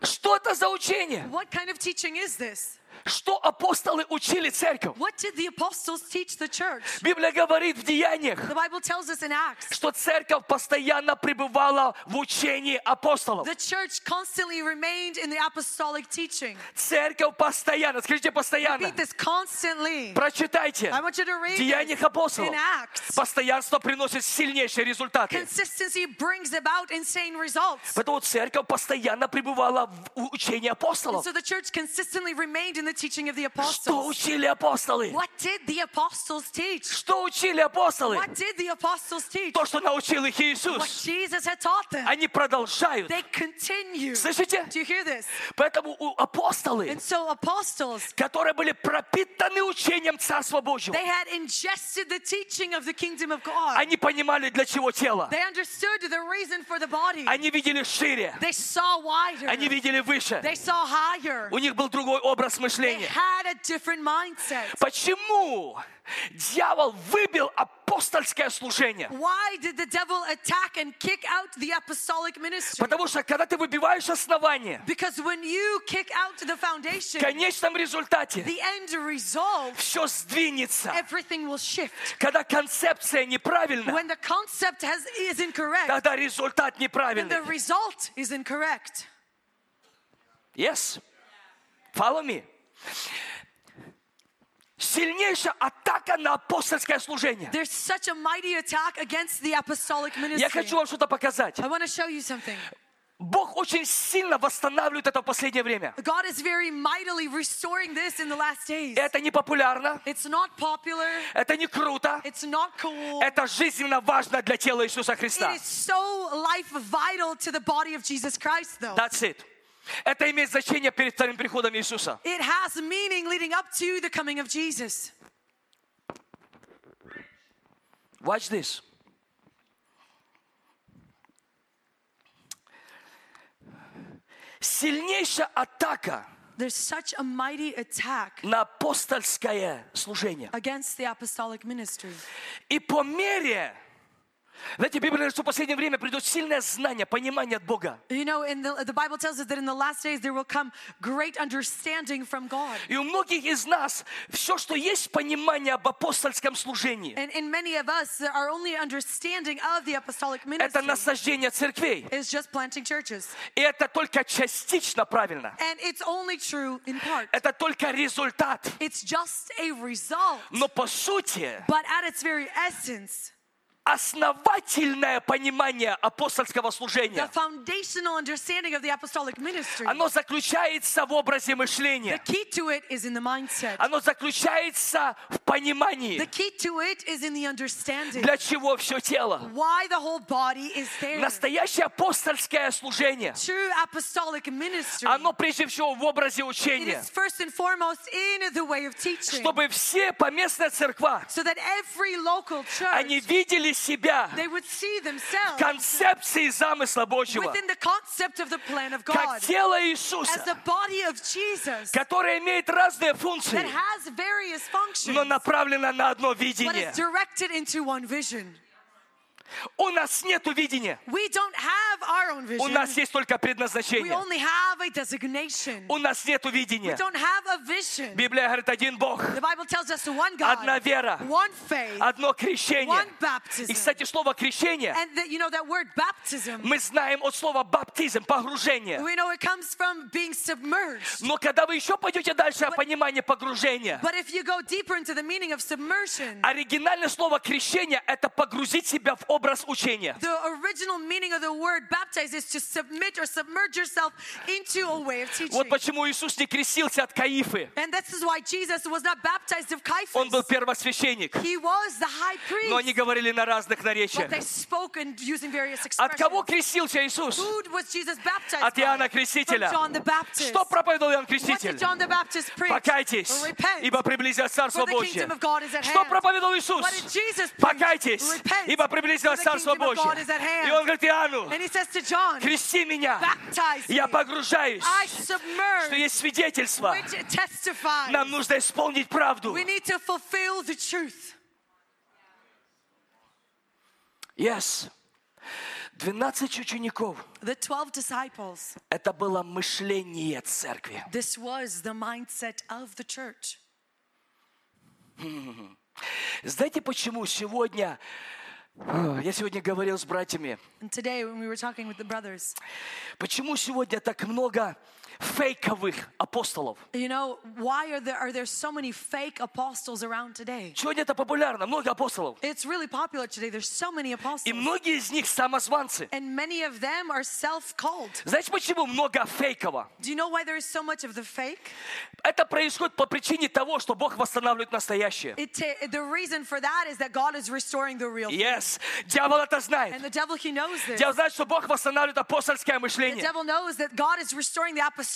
Speaker 2: Что это за учение?
Speaker 3: What kind of teaching is this?
Speaker 2: Что апостолы учили церковь?
Speaker 3: What did the apostles teach the church?
Speaker 2: Библия говорит в Деяниях,
Speaker 3: The Bible tells us in Acts
Speaker 2: что церковь постоянно пребывала в учении апостолов.
Speaker 3: the church constantly remained in the apostolic teaching.
Speaker 2: Церковь постоянно, скажите постоянно,
Speaker 3: Repeat this constantly.
Speaker 2: прочитайте
Speaker 3: I want you to read
Speaker 2: в Деяниях апостолов.
Speaker 3: in Acts.
Speaker 2: Постоянство приносит сильнейшие результаты.
Speaker 3: Consistency brings about insane results.
Speaker 2: Поэтому церковь постоянно пребывала в у- учении
Speaker 3: And
Speaker 2: апостолов.
Speaker 3: so the church consistently remained in the teaching of the
Speaker 2: Что
Speaker 3: apostles.
Speaker 2: учили апостолы?
Speaker 3: What did the apostles teach?
Speaker 2: Что учили апостолы?
Speaker 3: What did the apostles teach?
Speaker 2: То, что научил их
Speaker 3: What
Speaker 2: Иисус.
Speaker 3: Jesus had taught them.
Speaker 2: Они продолжают.
Speaker 3: They continue.
Speaker 2: Слышите?
Speaker 3: Do you hear this?
Speaker 2: Поэтому у- апостолы,
Speaker 3: And so apostles,
Speaker 2: которые были пропитаны учением Царства Божьего,
Speaker 3: they had ingested the teaching of the kingdom of God.
Speaker 2: они понимали, для чего тело.
Speaker 3: They understood the reason for the body.
Speaker 2: Они видели шире,
Speaker 3: They saw wider.
Speaker 2: они видели выше.
Speaker 3: They saw higher.
Speaker 2: У них был другой образ
Speaker 3: They
Speaker 2: мышления.
Speaker 3: had a different mindset.
Speaker 2: Почему дьявол выбил апостольское служение?
Speaker 3: Why did the devil attack and kick out the apostolic ministry?
Speaker 2: Потому что когда ты выбиваешь основание,
Speaker 3: Because when you kick out the
Speaker 2: в
Speaker 3: foundation,
Speaker 2: конечном результате
Speaker 3: the end result,
Speaker 2: все сдвинется.
Speaker 3: everything will shift.
Speaker 2: Когда концепция неправильна,
Speaker 3: When the concept has, is incorrect,
Speaker 2: тогда результат
Speaker 3: then the
Speaker 2: неправильный.
Speaker 3: result is incorrect.
Speaker 2: Yes? Follow me. Сильнейшая атака на апостольское служение.
Speaker 3: There's such a mighty attack against the apostolic
Speaker 2: Я
Speaker 3: ministry.
Speaker 2: хочу вам что-то показать.
Speaker 3: I want to show you something.
Speaker 2: Бог очень сильно восстанавливает это в последнее время.
Speaker 3: God is very mightily restoring this in the last days.
Speaker 2: Это не популярно,
Speaker 3: It's not popular.
Speaker 2: это не круто,
Speaker 3: It's not cool.
Speaker 2: это жизненно важно для тела Иисуса
Speaker 3: It
Speaker 2: Христа.
Speaker 3: is so life vital to the body of Jesus Christ, though.
Speaker 2: That's it. Это имеет значение перед вторым приходом Иисуса.
Speaker 3: It has meaning leading up to the coming of Jesus.
Speaker 2: Watch this. Сильнейшая атака
Speaker 3: There's such a mighty attack
Speaker 2: на апостольское служение.
Speaker 3: against the apostolic ministry.
Speaker 2: И по мере, знаете, Библия говорит, что в последнее время придет сильное знание, понимание от Бога.
Speaker 3: You know, in the, the Bible tells us that in the last days there will come great understanding from God.
Speaker 2: И у многих из нас все, что есть понимание об апостольском служении,
Speaker 3: And in many of us, our only understanding of the apostolic
Speaker 2: это
Speaker 3: ministry
Speaker 2: насаждение церквей.
Speaker 3: is just planting churches.
Speaker 2: И это только частично правильно.
Speaker 3: And it's only true in part.
Speaker 2: Это только результат.
Speaker 3: It's just a result.
Speaker 2: Но по сути,
Speaker 3: But at its very essence,
Speaker 2: основательное понимание апостольского
Speaker 3: the
Speaker 2: служения,
Speaker 3: foundational understanding of the apostolic ministry,
Speaker 2: оно заключается в образе
Speaker 3: the
Speaker 2: мышления.
Speaker 3: key to it is in the mindset.
Speaker 2: Оно заключается в
Speaker 3: The
Speaker 2: понимании,
Speaker 3: key to it is in the understanding
Speaker 2: для чего все тело.
Speaker 3: why the whole body is there.
Speaker 2: Настоящее апостольское служение,
Speaker 3: True apostolic ministry.
Speaker 2: оно прежде всего в образе
Speaker 3: It
Speaker 2: учения,
Speaker 3: is first and foremost in the way of teaching.
Speaker 2: чтобы все поместные церква,
Speaker 3: So that every local
Speaker 2: они
Speaker 3: church,
Speaker 2: видели себя
Speaker 3: they would see themselves
Speaker 2: в концепции замысла Божьего,
Speaker 3: within the concept of the plan of
Speaker 2: как
Speaker 3: God.
Speaker 2: тело
Speaker 3: As the
Speaker 2: Иисуса,
Speaker 3: body of Jesus
Speaker 2: которое имеет разные
Speaker 3: that
Speaker 2: функции,
Speaker 3: has various functions,
Speaker 2: но направлено на одно
Speaker 3: but
Speaker 2: видение.
Speaker 3: is directed into one vision.
Speaker 2: У нас нет видения.
Speaker 3: We don't have our own
Speaker 2: У
Speaker 3: vision.
Speaker 2: нас есть только
Speaker 3: We
Speaker 2: предназначение.
Speaker 3: only have a designation.
Speaker 2: У нас нет видения.
Speaker 3: Don't have a vision.
Speaker 2: Библия говорит, один Бог,
Speaker 3: The Bible tells us one
Speaker 2: одна
Speaker 3: God,
Speaker 2: вера,
Speaker 3: one faith,
Speaker 2: одно
Speaker 3: one
Speaker 2: крещение. И,
Speaker 3: baptism.
Speaker 2: кстати, слово крещение
Speaker 3: And that you know that word baptism,
Speaker 2: мы знаем от слова баптизм, погружение.
Speaker 3: we know it comes from being submerged.
Speaker 2: Но когда вы еще пойдете дальше о понимании погружения,
Speaker 3: But if you go deeper into the meaning of submersion,
Speaker 2: оригинальное слово крещение – это погрузить себя в образ учения.
Speaker 3: the original meaning of the word baptize is to submit or submerge yourself into a way of teaching.
Speaker 2: Вот почему Иисус не крестился от Каифы.
Speaker 3: And this is why Jesus was not baptized of
Speaker 2: Он был
Speaker 3: Caiaphas.
Speaker 2: первосвященник.
Speaker 3: He was the high
Speaker 2: Но они
Speaker 3: priest.
Speaker 2: говорили на разных
Speaker 3: But
Speaker 2: наречиях.
Speaker 3: they spoke and using various
Speaker 2: От кого
Speaker 3: expressions.
Speaker 2: крестился Иисус?
Speaker 3: Who was Jesus baptized
Speaker 2: От Иоанна
Speaker 3: by?
Speaker 2: Крестителя.
Speaker 3: From John the Baptist.
Speaker 2: Что проповедовал Иоанн
Speaker 3: What did
Speaker 2: Креститель?
Speaker 3: John the Baptist preach?
Speaker 2: Покайтесь,
Speaker 3: Repent.
Speaker 2: ибо приблизилось Царство
Speaker 3: For the
Speaker 2: Божье.
Speaker 3: kingdom of God is at
Speaker 2: Что
Speaker 3: hand.
Speaker 2: проповедовал Иисус?
Speaker 3: What did Jesus preach?
Speaker 2: Покайтесь,
Speaker 3: Repent.
Speaker 2: ибо
Speaker 3: for
Speaker 2: приблизилось
Speaker 3: the
Speaker 2: Царство
Speaker 3: kingdom of
Speaker 2: Божье.
Speaker 3: God is at hand.
Speaker 2: И он говорит Иоанну,
Speaker 3: And he says to John,
Speaker 2: крести меня,
Speaker 3: Baptize
Speaker 2: я
Speaker 3: me.
Speaker 2: погружаюсь,
Speaker 3: I
Speaker 2: что
Speaker 3: submerge,
Speaker 2: есть свидетельство.
Speaker 3: which testifies.
Speaker 2: Нам нужно исполнить правду.
Speaker 3: We need to fulfill the truth.
Speaker 2: Yes. 12 учеников.
Speaker 3: The 12 disciples,
Speaker 2: Это было мышление церкви.
Speaker 3: this was the mindset of the church.
Speaker 2: Знаете, почему сегодня... О, Я сегодня говорил с братьями.
Speaker 3: And today, when we were talking with the brothers,
Speaker 2: Почему сегодня так много фейковых апостолов.
Speaker 3: You know, why are there are there so many fake apostles around today?
Speaker 2: Сегодня это популярно, много апостолов.
Speaker 3: It's really popular today. There's so many
Speaker 2: И
Speaker 3: apostles.
Speaker 2: многие из них самозванцы.
Speaker 3: And many of them are self-called.
Speaker 2: Знаешь, почему много фейкового?
Speaker 3: Do you know why there is so much of the fake?
Speaker 2: Это происходит по причине того, что Бог восстанавливает настоящее.
Speaker 3: It ta- the reason for that is that God is restoring the real.
Speaker 2: Yes, дьявол это
Speaker 3: And
Speaker 2: знает.
Speaker 3: the devil, he knows this.
Speaker 2: Дьявол знает, что Бог восстанавливает апостольское
Speaker 3: The
Speaker 2: мышление.
Speaker 3: devil knows that God is restoring the apostolic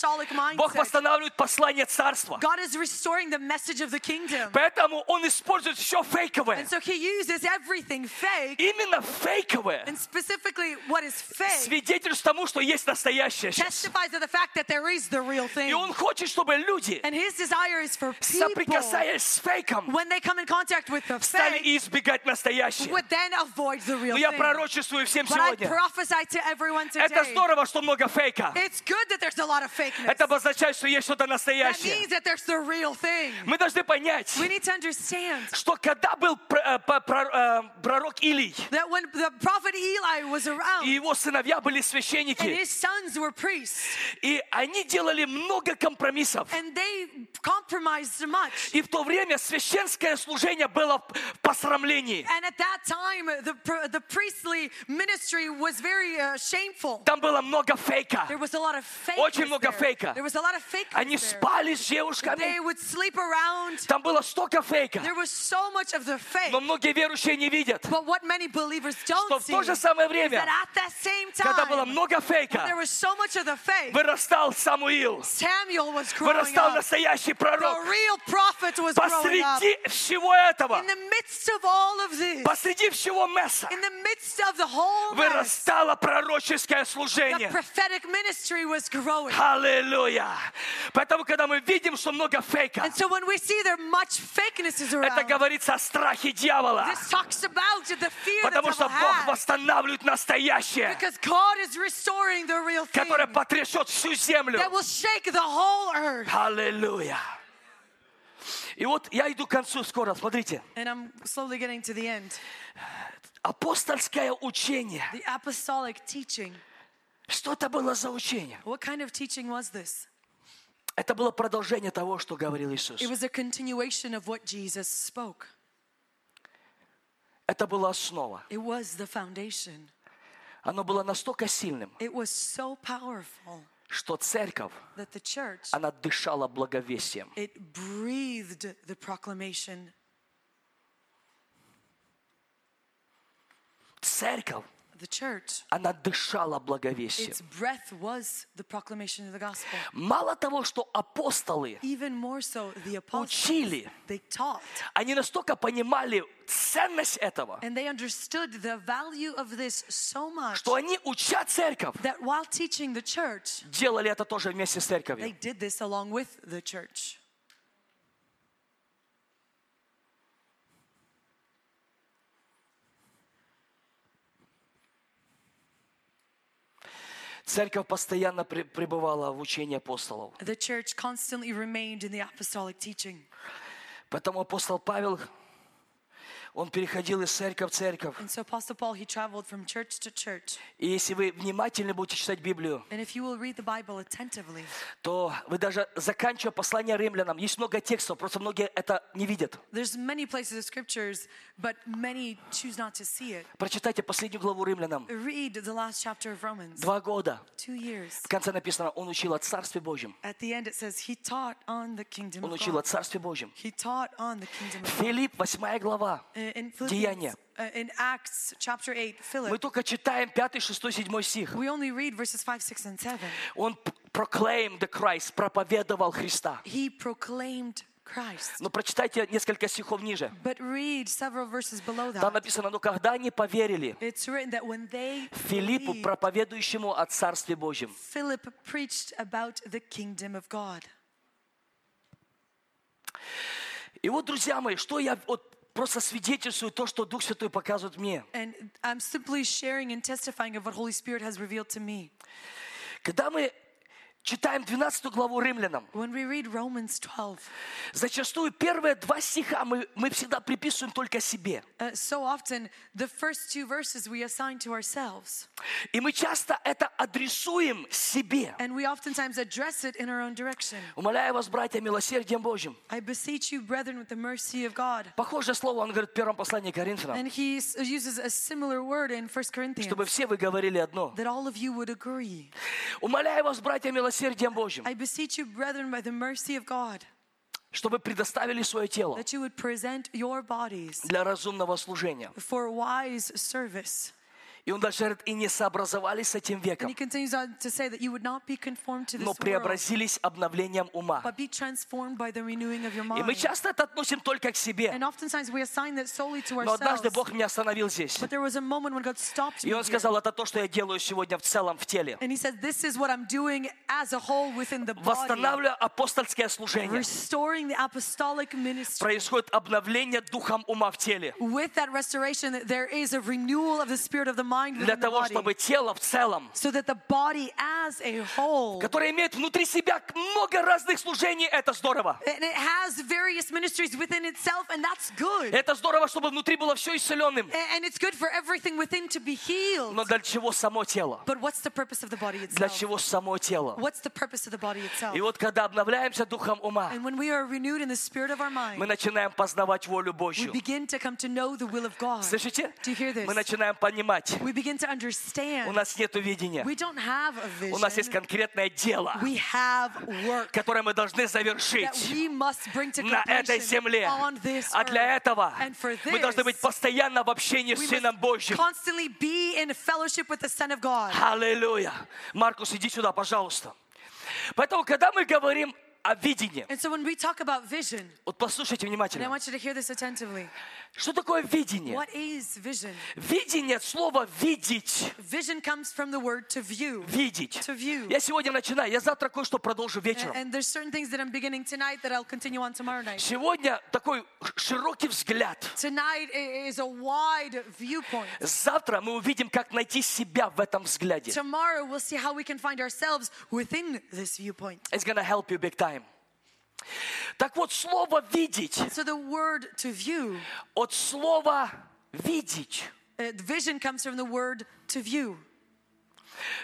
Speaker 2: Бог
Speaker 3: mindset.
Speaker 2: восстанавливает послание царства.
Speaker 3: God is restoring the message of the kingdom.
Speaker 2: Поэтому он использует все фейковое.
Speaker 3: And so he uses everything fake,
Speaker 2: Именно фейковое
Speaker 3: and specifically what is fake,
Speaker 2: свидетельствует тому, что есть настоящее. щас.
Speaker 3: testifies of the fact that there is the real
Speaker 2: И
Speaker 3: thing.
Speaker 2: он хочет, чтобы люди,
Speaker 3: And his desire is for people,
Speaker 2: соприкасаясь с фейком,
Speaker 3: when they come in contact with the fake,
Speaker 2: стали избегать настоящее.
Speaker 3: would then avoid the real
Speaker 2: Но я
Speaker 3: thing.
Speaker 2: пророчествую всем
Speaker 3: But I
Speaker 2: сегодня.
Speaker 3: prophesy to everyone
Speaker 2: Это
Speaker 3: today.
Speaker 2: здорово, что много фейка.
Speaker 3: It's good that there's a lot of fakeness.
Speaker 2: Это обозначает, что есть что-то
Speaker 3: That
Speaker 2: настоящее.
Speaker 3: means that there's the real thing.
Speaker 2: Мы должны понять,
Speaker 3: We need to understand
Speaker 2: что когда был пр- э, по- про- э, пророк Илий,
Speaker 3: that when the prophet Eli was around,
Speaker 2: и его сыновья были
Speaker 3: and
Speaker 2: священники,
Speaker 3: his sons were priests,
Speaker 2: и они делали много компромиссов.
Speaker 3: and they compromised much.
Speaker 2: И в то время священское служение было в в посрамлении.
Speaker 3: And at that time, the, pr- the priestly ministry was very uh, shameful.
Speaker 2: Там было много фейка.
Speaker 3: There was a lot of fake.
Speaker 2: Очень много фейка.
Speaker 3: There was a lot of fake.
Speaker 2: Они спали с
Speaker 3: They
Speaker 2: девушками.
Speaker 3: would sleep around.
Speaker 2: Там было столько фейка.
Speaker 3: There was so much of the fake.
Speaker 2: Но многие верующие не видят,
Speaker 3: But what many believers
Speaker 2: что
Speaker 3: don't
Speaker 2: в
Speaker 3: see
Speaker 2: то же
Speaker 3: is
Speaker 2: самое время,
Speaker 3: that at that same
Speaker 2: когда было
Speaker 3: time,
Speaker 2: много
Speaker 3: there
Speaker 2: фейка,
Speaker 3: was so much of the fake.
Speaker 2: вырастал Самуил,
Speaker 3: Samuel was growing
Speaker 2: вырастал
Speaker 3: up.
Speaker 2: настоящий
Speaker 3: The
Speaker 2: пророк.
Speaker 3: real prophet was growing up.
Speaker 2: Посреди всего этого,
Speaker 3: In the midst of all of this,
Speaker 2: посреди всего месса,
Speaker 3: in the midst of the whole mess,
Speaker 2: вырастало пророческое
Speaker 3: the
Speaker 2: служение.
Speaker 3: prophetic ministry was growing.
Speaker 2: Аллилуйя! Поэтому, когда мы видим, что много фейка,
Speaker 3: And so when we see there much fakeness is
Speaker 2: это
Speaker 3: around,
Speaker 2: говорится о страхе дьявола.
Speaker 3: this talks about the fear that
Speaker 2: Потому
Speaker 3: devil
Speaker 2: что Бог
Speaker 3: has.
Speaker 2: восстанавливает настоящее,
Speaker 3: Because God is restoring the real thing
Speaker 2: которое потрясет всю землю.
Speaker 3: that will shake the whole earth.
Speaker 2: Аллилуйя! И вот я иду к концу скоро, смотрите.
Speaker 3: And I'm slowly getting to the end.
Speaker 2: Апостольское учение.
Speaker 3: The apostolic teaching.
Speaker 2: Что это было за учение?
Speaker 3: What kind of teaching was this?
Speaker 2: Это было продолжение того, что говорил Иисус.
Speaker 3: It was a continuation of what Jesus spoke.
Speaker 2: Это была основа.
Speaker 3: It was the foundation.
Speaker 2: Оно было настолько сильным,
Speaker 3: It was so powerful
Speaker 2: что церковь,
Speaker 3: that the church
Speaker 2: она дышала благовестием.
Speaker 3: it breathed the proclamation.
Speaker 2: Церковь,
Speaker 3: The church,
Speaker 2: она дышала благовестием.
Speaker 3: its breath was the proclamation of the gospel.
Speaker 2: Мало того, что апостолы
Speaker 3: Even more so, the apostles,
Speaker 2: учили,
Speaker 3: they taught
Speaker 2: они настолько понимали ценность этого,
Speaker 3: and they understood the value of this so much
Speaker 2: что они, уча церковь,
Speaker 3: that while teaching the church,
Speaker 2: делали это тоже вместе с
Speaker 3: they
Speaker 2: церковью.
Speaker 3: did this along with the church.
Speaker 2: Церковь постоянно при- пребывала в учении апостолов.
Speaker 3: The church constantly remained in the apostolic teaching.
Speaker 2: Поэтому апостол Павел, он переходил из церковь в церковь.
Speaker 3: And so Apostle Paul, he traveled from church to church.
Speaker 2: И если вы внимательно будете читать Библию,
Speaker 3: And if you will read the Bible attentively,
Speaker 2: то вы даже заканчивая послание римлянам, есть много текстов, просто многие это не видят.
Speaker 3: There's many places of scriptures, but many choose not to see it.
Speaker 2: Прочитайте последнюю главу римлянам.
Speaker 3: Read the last chapter of Romans.
Speaker 2: Два года.
Speaker 3: Two years.
Speaker 2: В конце написано, он учил о Царстве Божьем.
Speaker 3: At the end, it says he taught on the kingdom
Speaker 2: Он
Speaker 3: of
Speaker 2: учил о
Speaker 3: God.
Speaker 2: Ну Царстве Божьем.
Speaker 3: He taught on the kingdom of God.
Speaker 2: Филипп, 8 глава.
Speaker 3: Uh, In Philippians,
Speaker 2: Деяния.
Speaker 3: uh, in Acts chapter 8,
Speaker 2: Мы
Speaker 3: Philip,
Speaker 2: только читаем 5, 6, 7 стих.
Speaker 3: we only read verses 5, 6, and 7.
Speaker 2: Он п- proclaim the Christ, проповедовал Христа.
Speaker 3: He proclaimed Christ.
Speaker 2: Но прочитайте несколько стихов ниже.
Speaker 3: But read several verses below
Speaker 2: Там
Speaker 3: that.
Speaker 2: написано, но когда они поверили
Speaker 3: It's written that when they
Speaker 2: Филиппу,
Speaker 3: believed,
Speaker 2: проповедующему о Царстве Божьем,
Speaker 3: Philip preached about the kingdom of God.
Speaker 2: И вот, друзья мои, что я вот просто свидетельствую то, что Дух Святой показывает мне.
Speaker 3: And I'm simply sharing and testifying of what Holy Spirit has revealed to me.
Speaker 2: Когда мы Читаем 12 главу Римлянам.
Speaker 3: When we read Romans 12,
Speaker 2: Зачастую первые два стиха мы, мы всегда приписываем только себе.
Speaker 3: uh, so often the first two verses we assign to ourselves,
Speaker 2: И мы часто это адресуем себе.
Speaker 3: and we oftentimes address it in our own direction.
Speaker 2: Умоляю вас, братья, милосердием Божьим.
Speaker 3: I beseech you, brethren, with the mercy of God.
Speaker 2: Похожее слово, он говорит в первом послании к Коринфянам,
Speaker 3: And he s- uses a similar word in 1 Corinthians
Speaker 2: чтобы все вы говорили одно.
Speaker 3: that all of you would agree.
Speaker 2: Умоляю вас, братья, милосердием Божьим,
Speaker 3: I beseech you, brethren, by the mercy of God,
Speaker 2: чтобы предоставили свое тело
Speaker 3: that you would present your bodies
Speaker 2: для разумного служения.
Speaker 3: for wise service.
Speaker 2: И он дальше говорит, и не сообразовались с этим
Speaker 3: And he
Speaker 2: веком,
Speaker 3: continues on to say that you would not be conformed to
Speaker 2: но
Speaker 3: this world,
Speaker 2: преобразились обновлением ума.
Speaker 3: but be transformed by the renewing of your
Speaker 2: И мы
Speaker 3: mind.
Speaker 2: часто это относим только к себе.
Speaker 3: And oftentimes we assign that solely to
Speaker 2: Но
Speaker 3: ourselves.
Speaker 2: однажды Бог меня остановил здесь.
Speaker 3: But there was a moment when God stopped me.
Speaker 2: И он
Speaker 3: here.
Speaker 2: сказал, это то, что я делаю сегодня в целом в теле.
Speaker 3: And he said, This is what I'm doing as a whole within the body.
Speaker 2: Восстанавливаю апостольское служение.
Speaker 3: Restoring the apostolic ministry.
Speaker 2: Происходит обновление духом ума в теле.
Speaker 3: With that restoration, there is a renewal of the spirit of the mind
Speaker 2: Для
Speaker 3: within the
Speaker 2: того,
Speaker 3: body.
Speaker 2: чтобы тело в целом,
Speaker 3: So that the body as a whole,
Speaker 2: которое имеет внутри себя много разных служений, это здорово.
Speaker 3: and it has various ministries within itself, and that's good.
Speaker 2: Это здорово, чтобы внутри было все исцеленным.
Speaker 3: A- And it's good for everything within to be healed.
Speaker 2: Но для чего само тело?
Speaker 3: But what's the purpose of the body
Speaker 2: Для
Speaker 3: itself?
Speaker 2: чего само тело?
Speaker 3: What's the purpose of the body itself?
Speaker 2: И вот когда обновляемся духом ума,
Speaker 3: And when we are renewed in the spirit of our mind,
Speaker 2: мы начинаем познавать волю
Speaker 3: we
Speaker 2: Божью.
Speaker 3: begin to come to know the will of God.
Speaker 2: Слышите?
Speaker 3: Do you hear this?
Speaker 2: Мы начинаем понимать.
Speaker 3: We begin to
Speaker 2: У
Speaker 3: understand.
Speaker 2: нас нет видения.
Speaker 3: We don't have a
Speaker 2: У нас есть
Speaker 3: vision.
Speaker 2: конкретное дело,
Speaker 3: We have work
Speaker 2: которое мы должны
Speaker 3: that
Speaker 2: завершить.
Speaker 3: we must bring to
Speaker 2: на этой
Speaker 3: completion
Speaker 2: земле.
Speaker 3: on this
Speaker 2: А для
Speaker 3: earth.
Speaker 2: этого
Speaker 3: And for
Speaker 2: мы должны быть
Speaker 3: this,
Speaker 2: постоянно в общении с
Speaker 3: we
Speaker 2: Сыном
Speaker 3: must
Speaker 2: Божьим.
Speaker 3: constantly be in fellowship with the Son of God.
Speaker 2: Аллилуйя. Маркус, иди сюда, пожалуйста. Поэтому, когда мы говорим о видении,
Speaker 3: And so when we talk about vision,
Speaker 2: вот послушайте
Speaker 3: and I
Speaker 2: внимательно,
Speaker 3: want you to hear this attentively.
Speaker 2: что такое видение?
Speaker 3: What is vision?
Speaker 2: Видение от слова видеть.
Speaker 3: Vision comes from the word to view.
Speaker 2: Видеть.
Speaker 3: To view. Э,
Speaker 2: Я сегодня начинаю, я завтра кое-что продолжу
Speaker 3: And,
Speaker 2: вечером.
Speaker 3: and there's certain things that I'm beginning tonight that I'll continue on tomorrow night.
Speaker 2: Сегодня такой ш- широкий взгляд.
Speaker 3: Tonight i- is a wide viewpoint.
Speaker 2: Завтра мы увидим, как найти себя в этом взгляде.
Speaker 3: Tomorrow we'll see how we can find ourselves within this viewpoint.
Speaker 2: It's gonna help you big time. Так вот, слово видеть
Speaker 3: So the word to view,
Speaker 2: от слова видеть.
Speaker 3: uh, vision comes from the word to view.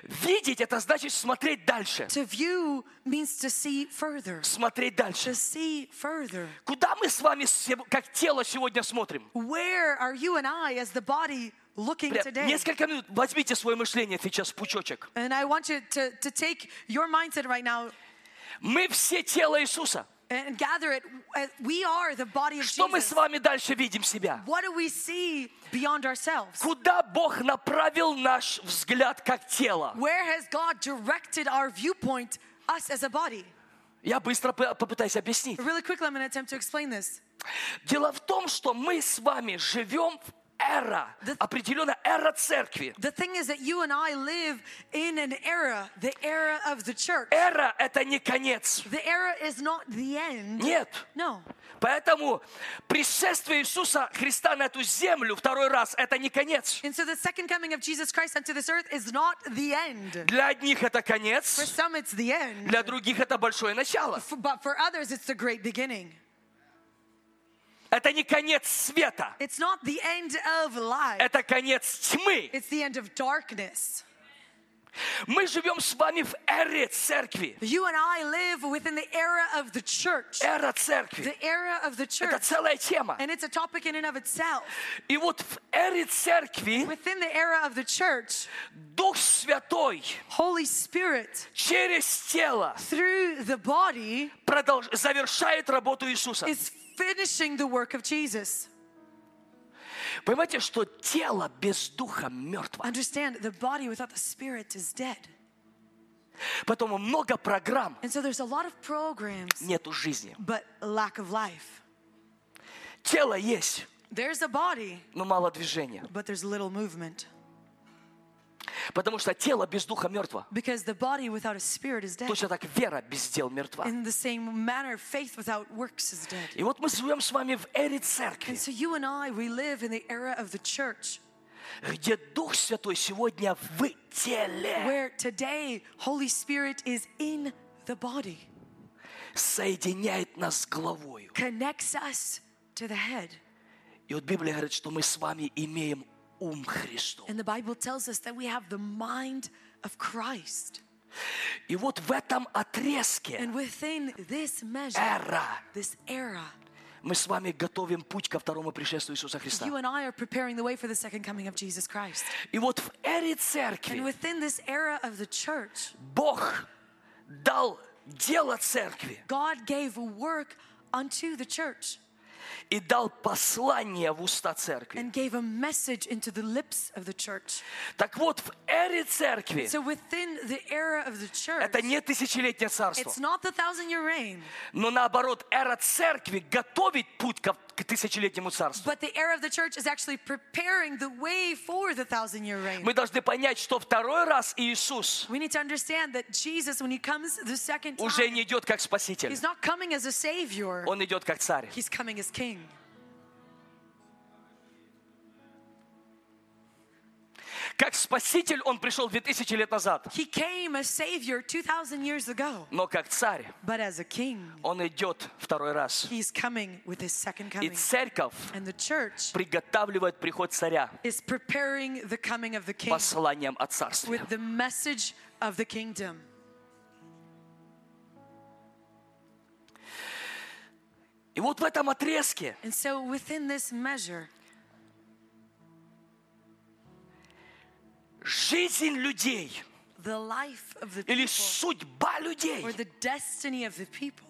Speaker 2: Видеть это значит смотреть дальше.
Speaker 3: To view means to see further.
Speaker 2: Смотреть дальше.
Speaker 3: To see further.
Speaker 2: Куда мы с вами се- как тело сегодня смотрим?
Speaker 3: Where are you and I as the body looking
Speaker 2: Бля,
Speaker 3: today?
Speaker 2: Несколько минут возьмите свое мышление сейчас в пучочек.
Speaker 3: And I want you to, to take your mindset right now
Speaker 2: Мы все тело Иисуса.
Speaker 3: and gather it. Uh, We are the body of
Speaker 2: Что мы с
Speaker 3: Jesus.
Speaker 2: вами дальше видим себя?
Speaker 3: What do we see beyond ourselves?
Speaker 2: Куда Бог направил наш взгляд как тело?
Speaker 3: Where has God directed our viewpoint, us as a body?
Speaker 2: Я быстро п- попытаюсь объяснить.
Speaker 3: Really quickly, I'm going to attempt to explain this.
Speaker 2: Дело в том, что мы с вами живем в эра, определенная эра церкви.
Speaker 3: The thing is that you and I live in an era, the era of the church.
Speaker 2: Эра – это не конец.
Speaker 3: The era is not the end.
Speaker 2: Нет.
Speaker 3: No.
Speaker 2: Поэтому пришествие Иисуса Христа на эту землю второй раз – это не конец.
Speaker 3: And so the second coming of Jesus Christ unto this earth is not the end.
Speaker 2: Для одних это
Speaker 3: For
Speaker 2: конец,
Speaker 3: some, it's the end.
Speaker 2: для других это большое начало.
Speaker 3: For- but for others, it's the great beginning.
Speaker 2: Это не конец света,
Speaker 3: It's not the end of life.
Speaker 2: это конец тьмы.
Speaker 3: It's the end of darkness.
Speaker 2: Мы живем с вами в эре церкви.
Speaker 3: You and I live within the era of the church.
Speaker 2: Эра церкви.
Speaker 3: The era of the
Speaker 2: Это
Speaker 3: church.
Speaker 2: целая тема.
Speaker 3: And it's a topic in and of itself.
Speaker 2: И вот в эре церкви
Speaker 3: Within the era of the church,
Speaker 2: Дух Святой
Speaker 3: Holy Spirit,
Speaker 2: через тело
Speaker 3: through the body,
Speaker 2: продолж- завершает работу Иисуса.
Speaker 3: is finishing the work of Jesus.
Speaker 2: Понимаете, что тело без духа мертво.
Speaker 3: Understand, the body without the spirit is dead.
Speaker 2: Поэтому много программ
Speaker 3: And so there's a lot of programs,
Speaker 2: нету жизни.
Speaker 3: but lack of life.
Speaker 2: Тело есть,
Speaker 3: There's a body,
Speaker 2: но мало движения.
Speaker 3: but there's little movement.
Speaker 2: Потому что тело без духа мертво.
Speaker 3: Because the body without a spirit is dead.
Speaker 2: Точно так вера без дел мертва.
Speaker 3: In the same manner, faith without works is dead.
Speaker 2: И вот мы живем с вами в эре церкви.
Speaker 3: And so you and I, we live in the era of the church.
Speaker 2: где Дух Святой сегодня в теле
Speaker 3: where today Holy Spirit is in the body,
Speaker 2: соединяет нас с главою.
Speaker 3: connects us to the head.
Speaker 2: И вот Библия говорит, что мы с вами имеем ум Христов.
Speaker 3: And the Bible tells us that we have the mind of Christ.
Speaker 2: И вот в этом отрезке
Speaker 3: And within this measure,
Speaker 2: эра
Speaker 3: this era,
Speaker 2: мы с вами готовим путь ко второму пришествию Иисуса Христа.
Speaker 3: you and I are preparing the way for the second coming of Jesus Christ.
Speaker 2: И вот в эре
Speaker 3: And
Speaker 2: церкви
Speaker 3: within this era of the church,
Speaker 2: Бог дал дело церкви
Speaker 3: God gave work unto the church
Speaker 2: и дал послание в уста церкви.
Speaker 3: and gave a message into the lips of the church.
Speaker 2: Так вот, в эре церкви
Speaker 3: So within the era of the church,
Speaker 2: это не тысячелетнее царство,
Speaker 3: it's not the thousand year reign,
Speaker 2: но наоборот, эра церкви готовит путь ко- к тысячелетнему царству.
Speaker 3: but the era of the church is actually preparing the way for the thousand year reign.
Speaker 2: Мы должны понять, что второй раз Иисус
Speaker 3: We need to understand that Jesus, when he comes the second
Speaker 2: уже
Speaker 3: time,
Speaker 2: не идет как спаситель,
Speaker 3: he's not coming as a savior,
Speaker 2: он идет как царь.
Speaker 3: he's coming as king.
Speaker 2: Как спаситель он пришел 2000 лет назад,
Speaker 3: He came as savior 2,000 years ago,
Speaker 2: но как царь
Speaker 3: but as a king,
Speaker 2: он идет второй раз.
Speaker 3: he's coming with his second
Speaker 2: И
Speaker 3: coming.
Speaker 2: церковь
Speaker 3: And the church
Speaker 2: приготавливает приход царя
Speaker 3: is preparing the coming of the king
Speaker 2: посланием о царстве.
Speaker 3: with the message of the kingdom.
Speaker 2: И вот в этом отрезке
Speaker 3: And so within this measure,
Speaker 2: жизнь людей
Speaker 3: the life of the
Speaker 2: или
Speaker 3: people
Speaker 2: судьба людей
Speaker 3: or the destiny of the people,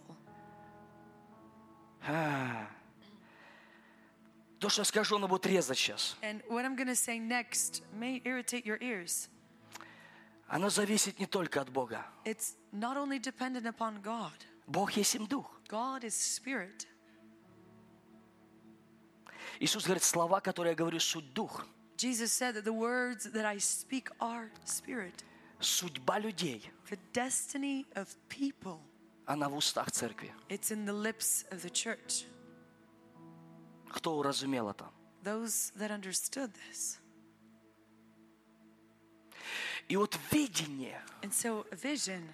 Speaker 2: То, что я скажу, оно будет резать сейчас.
Speaker 3: and what I'm going to say next may irritate your ears.
Speaker 2: Оно зависит не только от Бога.
Speaker 3: It's not only dependent upon God,
Speaker 2: Бог есть им Дух.
Speaker 3: God is spirit.
Speaker 2: Иисус говорит, слова, которые я говорю, суть Дух.
Speaker 3: Jesus said that the words that I speak are spirit.
Speaker 2: Судьба людей,
Speaker 3: The destiny of people,
Speaker 2: она в устах церкви.
Speaker 3: it's in the lips of the church.
Speaker 2: Кто уразумел это?
Speaker 3: Those that understood this.
Speaker 2: И вот видение,
Speaker 3: And so a vision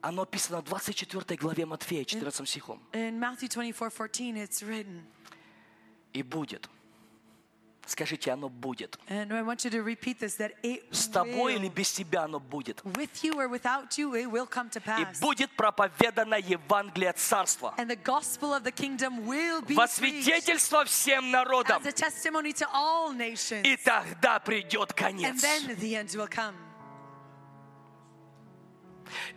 Speaker 2: оно описано в 24 главе Матфея, 14 стихом.
Speaker 3: in Matthew 24, 14, it's written,
Speaker 2: И будет. Скажите, оно будет.
Speaker 3: and I want you to repeat this that it
Speaker 2: С тобой
Speaker 3: will-
Speaker 2: или без тебя оно будет.
Speaker 3: with you or without you, it will come to
Speaker 2: И
Speaker 3: pass.
Speaker 2: будет проповедано Евангелие Царства.
Speaker 3: And the gospel of the kingdom will be
Speaker 2: Во
Speaker 3: preached
Speaker 2: свидетельство всем народам.
Speaker 3: as a testimony to all nations.
Speaker 2: И тогда придет
Speaker 3: And
Speaker 2: конец.
Speaker 3: then the end will come.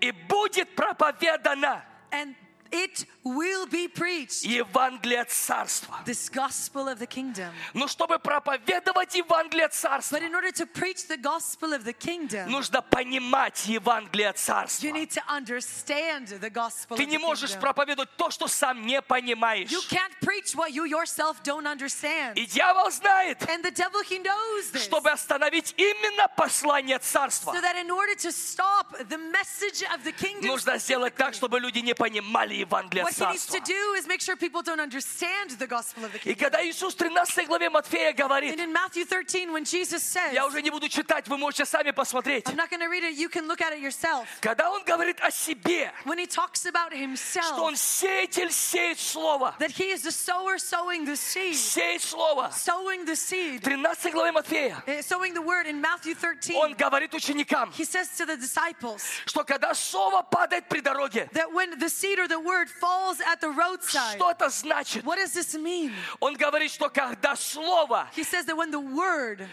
Speaker 2: И будет проповедано
Speaker 3: And it will be preached.
Speaker 2: Евангелие Царства.
Speaker 3: this gospel of the kingdom.
Speaker 2: Но чтобы проповедовать Евангелие Царства,
Speaker 3: But in order to preach the gospel of the kingdom,
Speaker 2: нужно понимать Евангелие Царства.
Speaker 3: you need to understand the gospel
Speaker 2: Ты
Speaker 3: of
Speaker 2: не
Speaker 3: the
Speaker 2: можешь
Speaker 3: kingdom.
Speaker 2: проповедовать то, что сам не понимаешь.
Speaker 3: You can't preach what you yourself don't understand.
Speaker 2: И дьявол знает,
Speaker 3: And the devil, he knows this.
Speaker 2: чтобы остановить именно послание Царства,
Speaker 3: So that in order to stop the message of the kingdom,
Speaker 2: нужно сделать так, чтобы люди не понимали Евангелие
Speaker 3: what he needs
Speaker 2: Царства.
Speaker 3: to do is make sure people don't understand the gospel of the
Speaker 2: И
Speaker 3: kingdom.
Speaker 2: когда Иисус в 13 главе Матфея
Speaker 3: And
Speaker 2: говорит,
Speaker 3: in Matthew 13, when Jesus says,
Speaker 2: я уже не буду читать, вы можете сами посмотреть.
Speaker 3: I'm not going to read it, you can look at it yourself.
Speaker 2: Когда он говорит о себе,
Speaker 3: When he talks about
Speaker 2: что он
Speaker 3: himself,
Speaker 2: сеятель сеет слово,
Speaker 3: that he is the sower sowing the seed.
Speaker 2: сеет слово.
Speaker 3: sowing the seed,
Speaker 2: 13 главе Матфея
Speaker 3: uh, sowing the word in Matthew 13,
Speaker 2: он говорит ученикам,
Speaker 3: he says to the disciples
Speaker 2: что когда слово падает при дороге,
Speaker 3: that when the seed or the word falls at the roadside,
Speaker 2: что это значит?
Speaker 3: what does this mean?
Speaker 2: Он говорит, что когда слово,
Speaker 3: He says that when the word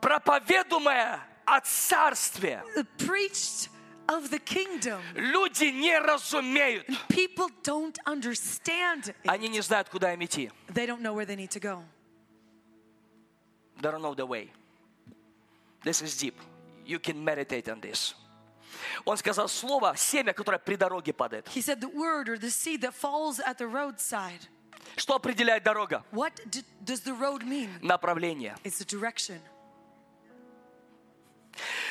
Speaker 2: проповедуемое о царстве,
Speaker 3: uh, preached of the kingdom,
Speaker 2: люди не разумеют.
Speaker 3: people don't understand it.
Speaker 2: Они не знают, куда им идти.
Speaker 3: They don't know where they need to go.
Speaker 2: They don't know the way. This is deep. You can meditate on this. Он сказал слово, семя, которое при дороге падает.
Speaker 3: He said the word or the seed that falls at the roadside.
Speaker 2: Что определяет дорога?
Speaker 3: What d- does the road mean?
Speaker 2: Направление.
Speaker 3: It's the direction.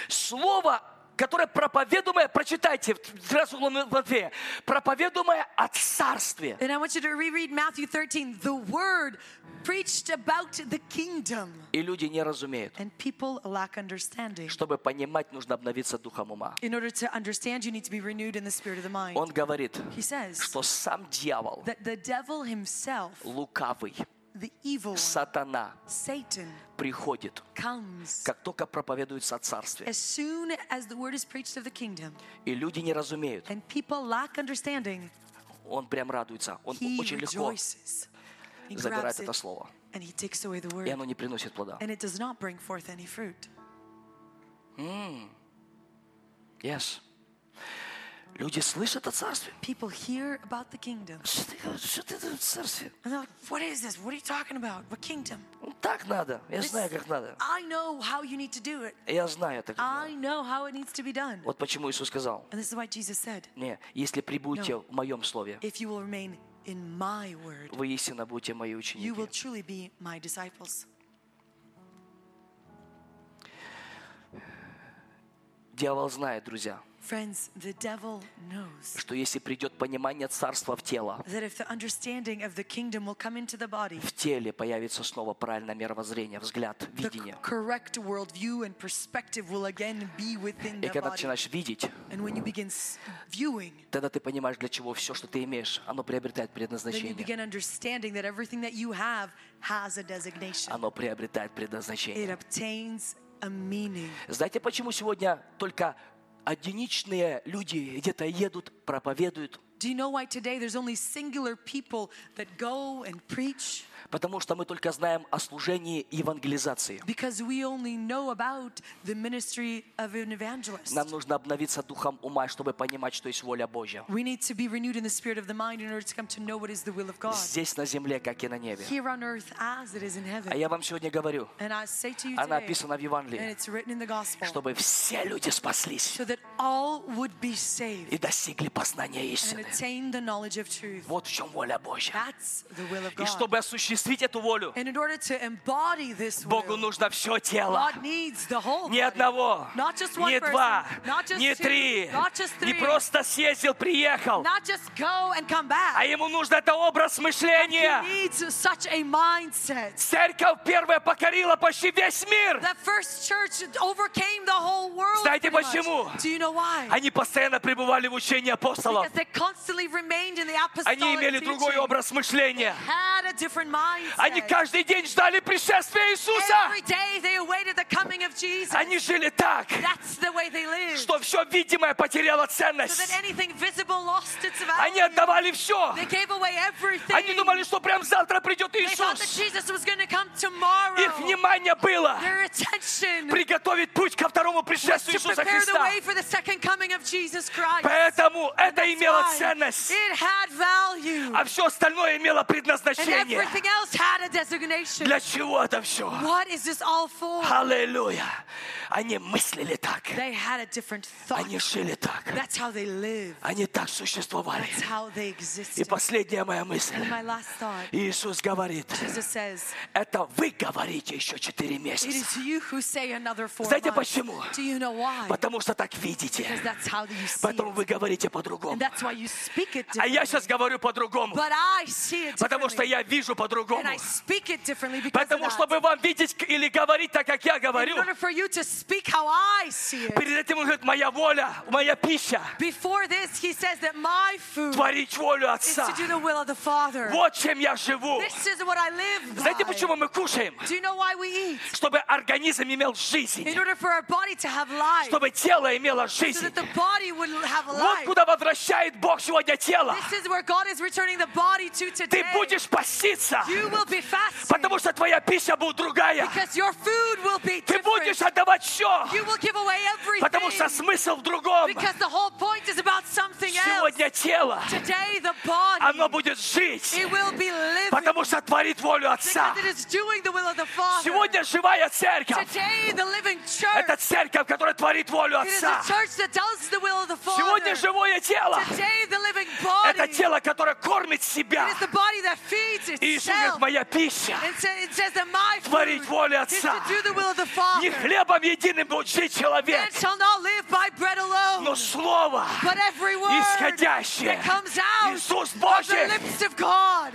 Speaker 2: Слово которое проповедуемое, прочитайте, в 13 главе, проповедуемое о царстве.
Speaker 3: And I want you to reread Matthew 13, the word preached about the kingdom.
Speaker 2: И люди не разумеют.
Speaker 3: And people lack understanding.
Speaker 2: Чтобы понимать, нужно обновиться духом ума.
Speaker 3: In order to understand, you need to be renewed in the spirit of the mind.
Speaker 2: Он говорит,
Speaker 3: He says
Speaker 2: что сам дьявол,
Speaker 3: that the devil himself,
Speaker 2: лукавый,
Speaker 3: the evil one,
Speaker 2: сатана,
Speaker 3: Satan,
Speaker 2: приходит,
Speaker 3: comes
Speaker 2: как только проповедуется о царстве.
Speaker 3: as soon as the word is preached of the kingdom.
Speaker 2: И люди не разумеют.
Speaker 3: And people lack understanding.
Speaker 2: Он прям радуется. Он
Speaker 3: He
Speaker 2: очень легко
Speaker 3: rejoices. He grabs
Speaker 2: забирает это
Speaker 3: it
Speaker 2: слово.
Speaker 3: and he takes away the
Speaker 2: И
Speaker 3: word.
Speaker 2: оно не приносит плода.
Speaker 3: And it does not bring forth any fruit.
Speaker 2: Yes. Люди слышат о царстве.
Speaker 3: People hear about the kingdom.
Speaker 2: Что ты, говоришь? что ты говоришь о царстве?
Speaker 3: And they're like, what is this? What are you talking about? What kingdom?
Speaker 2: Ну, Так надо. Я
Speaker 3: This-
Speaker 2: знаю, как надо.
Speaker 3: I know how you need to do it.
Speaker 2: Я знаю это. как надо.
Speaker 3: I know how it needs to be done.
Speaker 2: Вот почему Иисус сказал,
Speaker 3: And this is why Jesus said,
Speaker 2: не, если прибудете
Speaker 3: No.
Speaker 2: в моем слове,
Speaker 3: if you will remain in my word,
Speaker 2: вы истинно будете мои
Speaker 3: you will
Speaker 2: ученики.
Speaker 3: truly be my disciples.
Speaker 2: Дьявол знает, друзья,
Speaker 3: Friends, the devil knows
Speaker 2: что если придет понимание царства в тело,
Speaker 3: that if the understanding of the kingdom will come into the body,
Speaker 2: в теле появится снова правильное мировоззрение, взгляд,
Speaker 3: the
Speaker 2: видение.
Speaker 3: correct worldview and perspective will again be within
Speaker 2: И
Speaker 3: the
Speaker 2: когда ты
Speaker 3: body.
Speaker 2: начинаешь видеть,
Speaker 3: And when you begin s- viewing,
Speaker 2: тогда ты понимаешь, для чего все, что ты имеешь, оно приобретает
Speaker 3: then you
Speaker 2: предназначение.
Speaker 3: begin understanding that everything that you have has a designation.
Speaker 2: Оно приобретает
Speaker 3: It
Speaker 2: предназначение.
Speaker 3: obtains a meaning.
Speaker 2: Знаете, почему сегодня только одиничные люди где-то едут, проповедуют?
Speaker 3: Do you know why today there's only singular people that go and preach?
Speaker 2: Потому что мы только знаем о служении и евангелизации.
Speaker 3: Because we only know about the ministry of an evangelist.
Speaker 2: Нам нужно обновиться духом ума, чтобы понимать, что есть воля Божья.
Speaker 3: We need to be renewed in the spirit of the mind in order to come to know what is the will of God.
Speaker 2: Здесь на земле, как и на небе.
Speaker 3: Here on earth as it is in
Speaker 2: А
Speaker 3: heaven.
Speaker 2: я вам сегодня говорю,
Speaker 3: And I say to you
Speaker 2: она
Speaker 3: today,
Speaker 2: описана в
Speaker 3: and
Speaker 2: Евангелии,
Speaker 3: it's written in the gospel,
Speaker 2: чтобы все люди спаслись
Speaker 3: so that all would be saved
Speaker 2: и достигли познания
Speaker 3: and
Speaker 2: истины.
Speaker 3: attain the knowledge of truth.
Speaker 2: Вот в чем воля Божья.
Speaker 3: That's the will of
Speaker 2: И
Speaker 3: God.
Speaker 2: чтобы осуществить эту волю,
Speaker 3: And in order to embody this
Speaker 2: Богу
Speaker 3: will,
Speaker 2: нужно все тело.
Speaker 3: God needs the whole
Speaker 2: Ни
Speaker 3: body.
Speaker 2: одного,
Speaker 3: Not just one
Speaker 2: ни
Speaker 3: person,
Speaker 2: два,
Speaker 3: not just
Speaker 2: ни
Speaker 3: two,
Speaker 2: три,
Speaker 3: not just
Speaker 2: не
Speaker 3: three.
Speaker 2: просто съездил, приехал,
Speaker 3: Not just go and come back.
Speaker 2: а ему нужно это образ мышления.
Speaker 3: He needs such a mindset.
Speaker 2: Церковь первая покорила почти весь мир.
Speaker 3: The first church overcame the whole world.
Speaker 2: Знаете
Speaker 3: pretty much.
Speaker 2: почему?
Speaker 3: Do you know why?
Speaker 2: Они постоянно пребывали в учении апостолов.
Speaker 3: Because they constantly remained in the apostolic
Speaker 2: Они имели
Speaker 3: teaching.
Speaker 2: другой образ мышления.
Speaker 3: Had a different mindset.
Speaker 2: Они каждый день ждали пришествия Иисуса.
Speaker 3: Every day they awaited the coming of Jesus.
Speaker 2: Они жили так,
Speaker 3: That's the way they lived.
Speaker 2: что все видимое потеряло
Speaker 3: So
Speaker 2: ценность.
Speaker 3: that anything visible lost its
Speaker 2: Они
Speaker 3: value.
Speaker 2: отдавали все.
Speaker 3: They gave away everything.
Speaker 2: Они думали, что прям завтра придет
Speaker 3: they thought that
Speaker 2: Иисус.
Speaker 3: Jesus was going to come tomorrow.
Speaker 2: Их внимание было
Speaker 3: Their attention
Speaker 2: приготовить путь ко второму
Speaker 3: was
Speaker 2: пришествию
Speaker 3: to
Speaker 2: Иисуса
Speaker 3: prepare the
Speaker 2: Христа.
Speaker 3: way for the second coming of Jesus Christ.
Speaker 2: Поэтому это имело
Speaker 3: Why?
Speaker 2: ценность,
Speaker 3: It had value.
Speaker 2: а все остальное имело
Speaker 3: And
Speaker 2: предназначение.
Speaker 3: everything else had a designation.
Speaker 2: Для чего это все?
Speaker 3: What is this all for?
Speaker 2: Аллилуйя! Они мыслили так,
Speaker 3: They had a different thought.
Speaker 2: они жили так,
Speaker 3: That's how they live.
Speaker 2: они так существовали.
Speaker 3: That's how they
Speaker 2: И
Speaker 3: existed.
Speaker 2: последняя моя мысль.
Speaker 3: My last thought.
Speaker 2: Иисус говорит,
Speaker 3: Jesus says,
Speaker 2: это вы говорите еще четыре
Speaker 3: it
Speaker 2: месяца,
Speaker 3: is you who say another four
Speaker 2: Знаете
Speaker 3: months."
Speaker 2: почему?
Speaker 3: Do you know why?
Speaker 2: потому что так видите,
Speaker 3: Because that's how you see
Speaker 2: поэтому
Speaker 3: it.
Speaker 2: вы говорите
Speaker 3: And
Speaker 2: по-другому.
Speaker 3: that's why you speak it
Speaker 2: А
Speaker 3: differently.
Speaker 2: я сейчас говорю по-другому,
Speaker 3: But I see it
Speaker 2: потому что
Speaker 3: differently.
Speaker 2: я вижу по-другому.
Speaker 3: And I speak it differently because of
Speaker 2: Поэтому,
Speaker 3: that.
Speaker 2: чтобы вам видеть к- или говорить так, как я
Speaker 3: And
Speaker 2: говорю,
Speaker 3: in order for you to speak how I see it.
Speaker 2: перед этим он говорит, моя воля, моя пища,
Speaker 3: Before this, he says that my food
Speaker 2: творить волю
Speaker 3: is
Speaker 2: Отца.
Speaker 3: to do the will of the Father.
Speaker 2: Вот чем я живу.
Speaker 3: This is what I live by.
Speaker 2: Знаете, почему мы кушаем?
Speaker 3: Do you know why we eat?
Speaker 2: Чтобы организм имел жизнь,
Speaker 3: In order for our body to have life,
Speaker 2: чтобы тело имело
Speaker 3: so
Speaker 2: жизнь.
Speaker 3: that the body would have
Speaker 2: Вот
Speaker 3: life.
Speaker 2: куда возвращает Бог сегодня тело.
Speaker 3: This is where God is returning the body to
Speaker 2: Ты
Speaker 3: today.
Speaker 2: будешь поститься,
Speaker 3: You will be fasting
Speaker 2: потому что твоя пища будет другая.
Speaker 3: because your food will be
Speaker 2: Ты
Speaker 3: different.
Speaker 2: будешь отдавать все,
Speaker 3: You will give away everything
Speaker 2: потому что смысл в другом.
Speaker 3: because the whole point is about something else.
Speaker 2: Сегодня тело,
Speaker 3: Today, the body,
Speaker 2: оно будет жить,
Speaker 3: it will be living
Speaker 2: потому что творит волю Отца.
Speaker 3: because it is doing the will of the Father.
Speaker 2: Сегодня живая церковь.
Speaker 3: Today, the living church,
Speaker 2: Это церковь, которая творит волю
Speaker 3: it is
Speaker 2: Отца.
Speaker 3: a church that does the will of the Father.
Speaker 2: Сегодня живое тело.
Speaker 3: Today, the living body.
Speaker 2: Это тело, которое кормит себя.
Speaker 3: It is the body that feeds
Speaker 2: И Иисус говорит,
Speaker 3: itself.
Speaker 2: моя пища
Speaker 3: It sa- it says that my
Speaker 2: творить
Speaker 3: food
Speaker 2: волю
Speaker 3: is to
Speaker 2: Отца.
Speaker 3: do the will of the
Speaker 2: Не
Speaker 3: Father.
Speaker 2: хлебом единым будет жить человек,
Speaker 3: Man shall not live by bread alone,
Speaker 2: но слово,
Speaker 3: but every word
Speaker 2: исходящее.
Speaker 3: that comes out
Speaker 2: Иисус
Speaker 3: of the
Speaker 2: Божий.
Speaker 3: lips of God.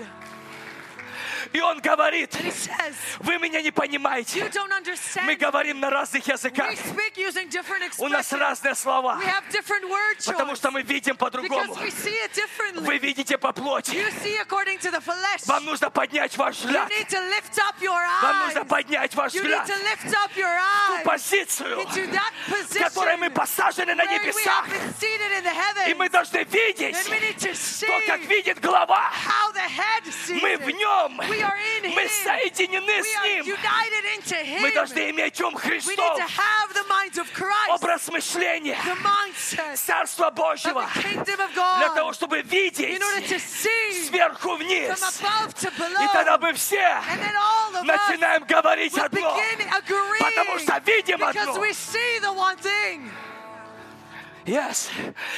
Speaker 2: И Он говорит,
Speaker 3: And he says,
Speaker 2: вы меня не
Speaker 3: You
Speaker 2: понимаете.
Speaker 3: don't
Speaker 2: Мы
Speaker 3: understand.
Speaker 2: говорим на разных языках.
Speaker 3: We speak using different
Speaker 2: У нас
Speaker 3: expressions.
Speaker 2: разные слова,
Speaker 3: We have different word
Speaker 2: потому
Speaker 3: choice
Speaker 2: что мы видим по-другому.
Speaker 3: because we see it
Speaker 2: Вы
Speaker 3: differently.
Speaker 2: видите по плоти.
Speaker 3: You see according to the flesh.
Speaker 2: Вам нужно поднять ваш
Speaker 3: You
Speaker 2: взгляд.
Speaker 3: need to lift up your
Speaker 2: Вам
Speaker 3: eyes.
Speaker 2: нужно поднять ваш
Speaker 3: You need
Speaker 2: взгляд.
Speaker 3: to lift up your
Speaker 2: Ту
Speaker 3: eyes
Speaker 2: позицию,
Speaker 3: into that
Speaker 2: в
Speaker 3: position
Speaker 2: которой мы посажены на
Speaker 3: where we
Speaker 2: небесах.
Speaker 3: have been seated in the
Speaker 2: И мы
Speaker 3: heavens.
Speaker 2: должны видеть
Speaker 3: And we need to
Speaker 2: то, как
Speaker 3: see
Speaker 2: видит глава.
Speaker 3: how the head sees
Speaker 2: Мы в
Speaker 3: it.
Speaker 2: нем.
Speaker 3: We are in
Speaker 2: Мы
Speaker 3: Him.
Speaker 2: соединены
Speaker 3: We
Speaker 2: с
Speaker 3: are
Speaker 2: Ним.
Speaker 3: united into Him.
Speaker 2: Мы должны иметь ум
Speaker 3: We need
Speaker 2: Христов,
Speaker 3: to have the mind of Christ,
Speaker 2: образ мышления,
Speaker 3: the mindset
Speaker 2: Царство
Speaker 3: of
Speaker 2: Божьего,
Speaker 3: the kingdom of
Speaker 2: для того,
Speaker 3: God,
Speaker 2: чтобы видеть
Speaker 3: in order to see
Speaker 2: сверху
Speaker 3: from
Speaker 2: вниз.
Speaker 3: above to
Speaker 2: И тогда
Speaker 3: below.
Speaker 2: мы все
Speaker 3: And then all of us
Speaker 2: начинаем говорить
Speaker 3: will
Speaker 2: одно,
Speaker 3: begin agreeing
Speaker 2: потому что видим
Speaker 3: because
Speaker 2: одно.
Speaker 3: we see the one thing.
Speaker 2: Yes.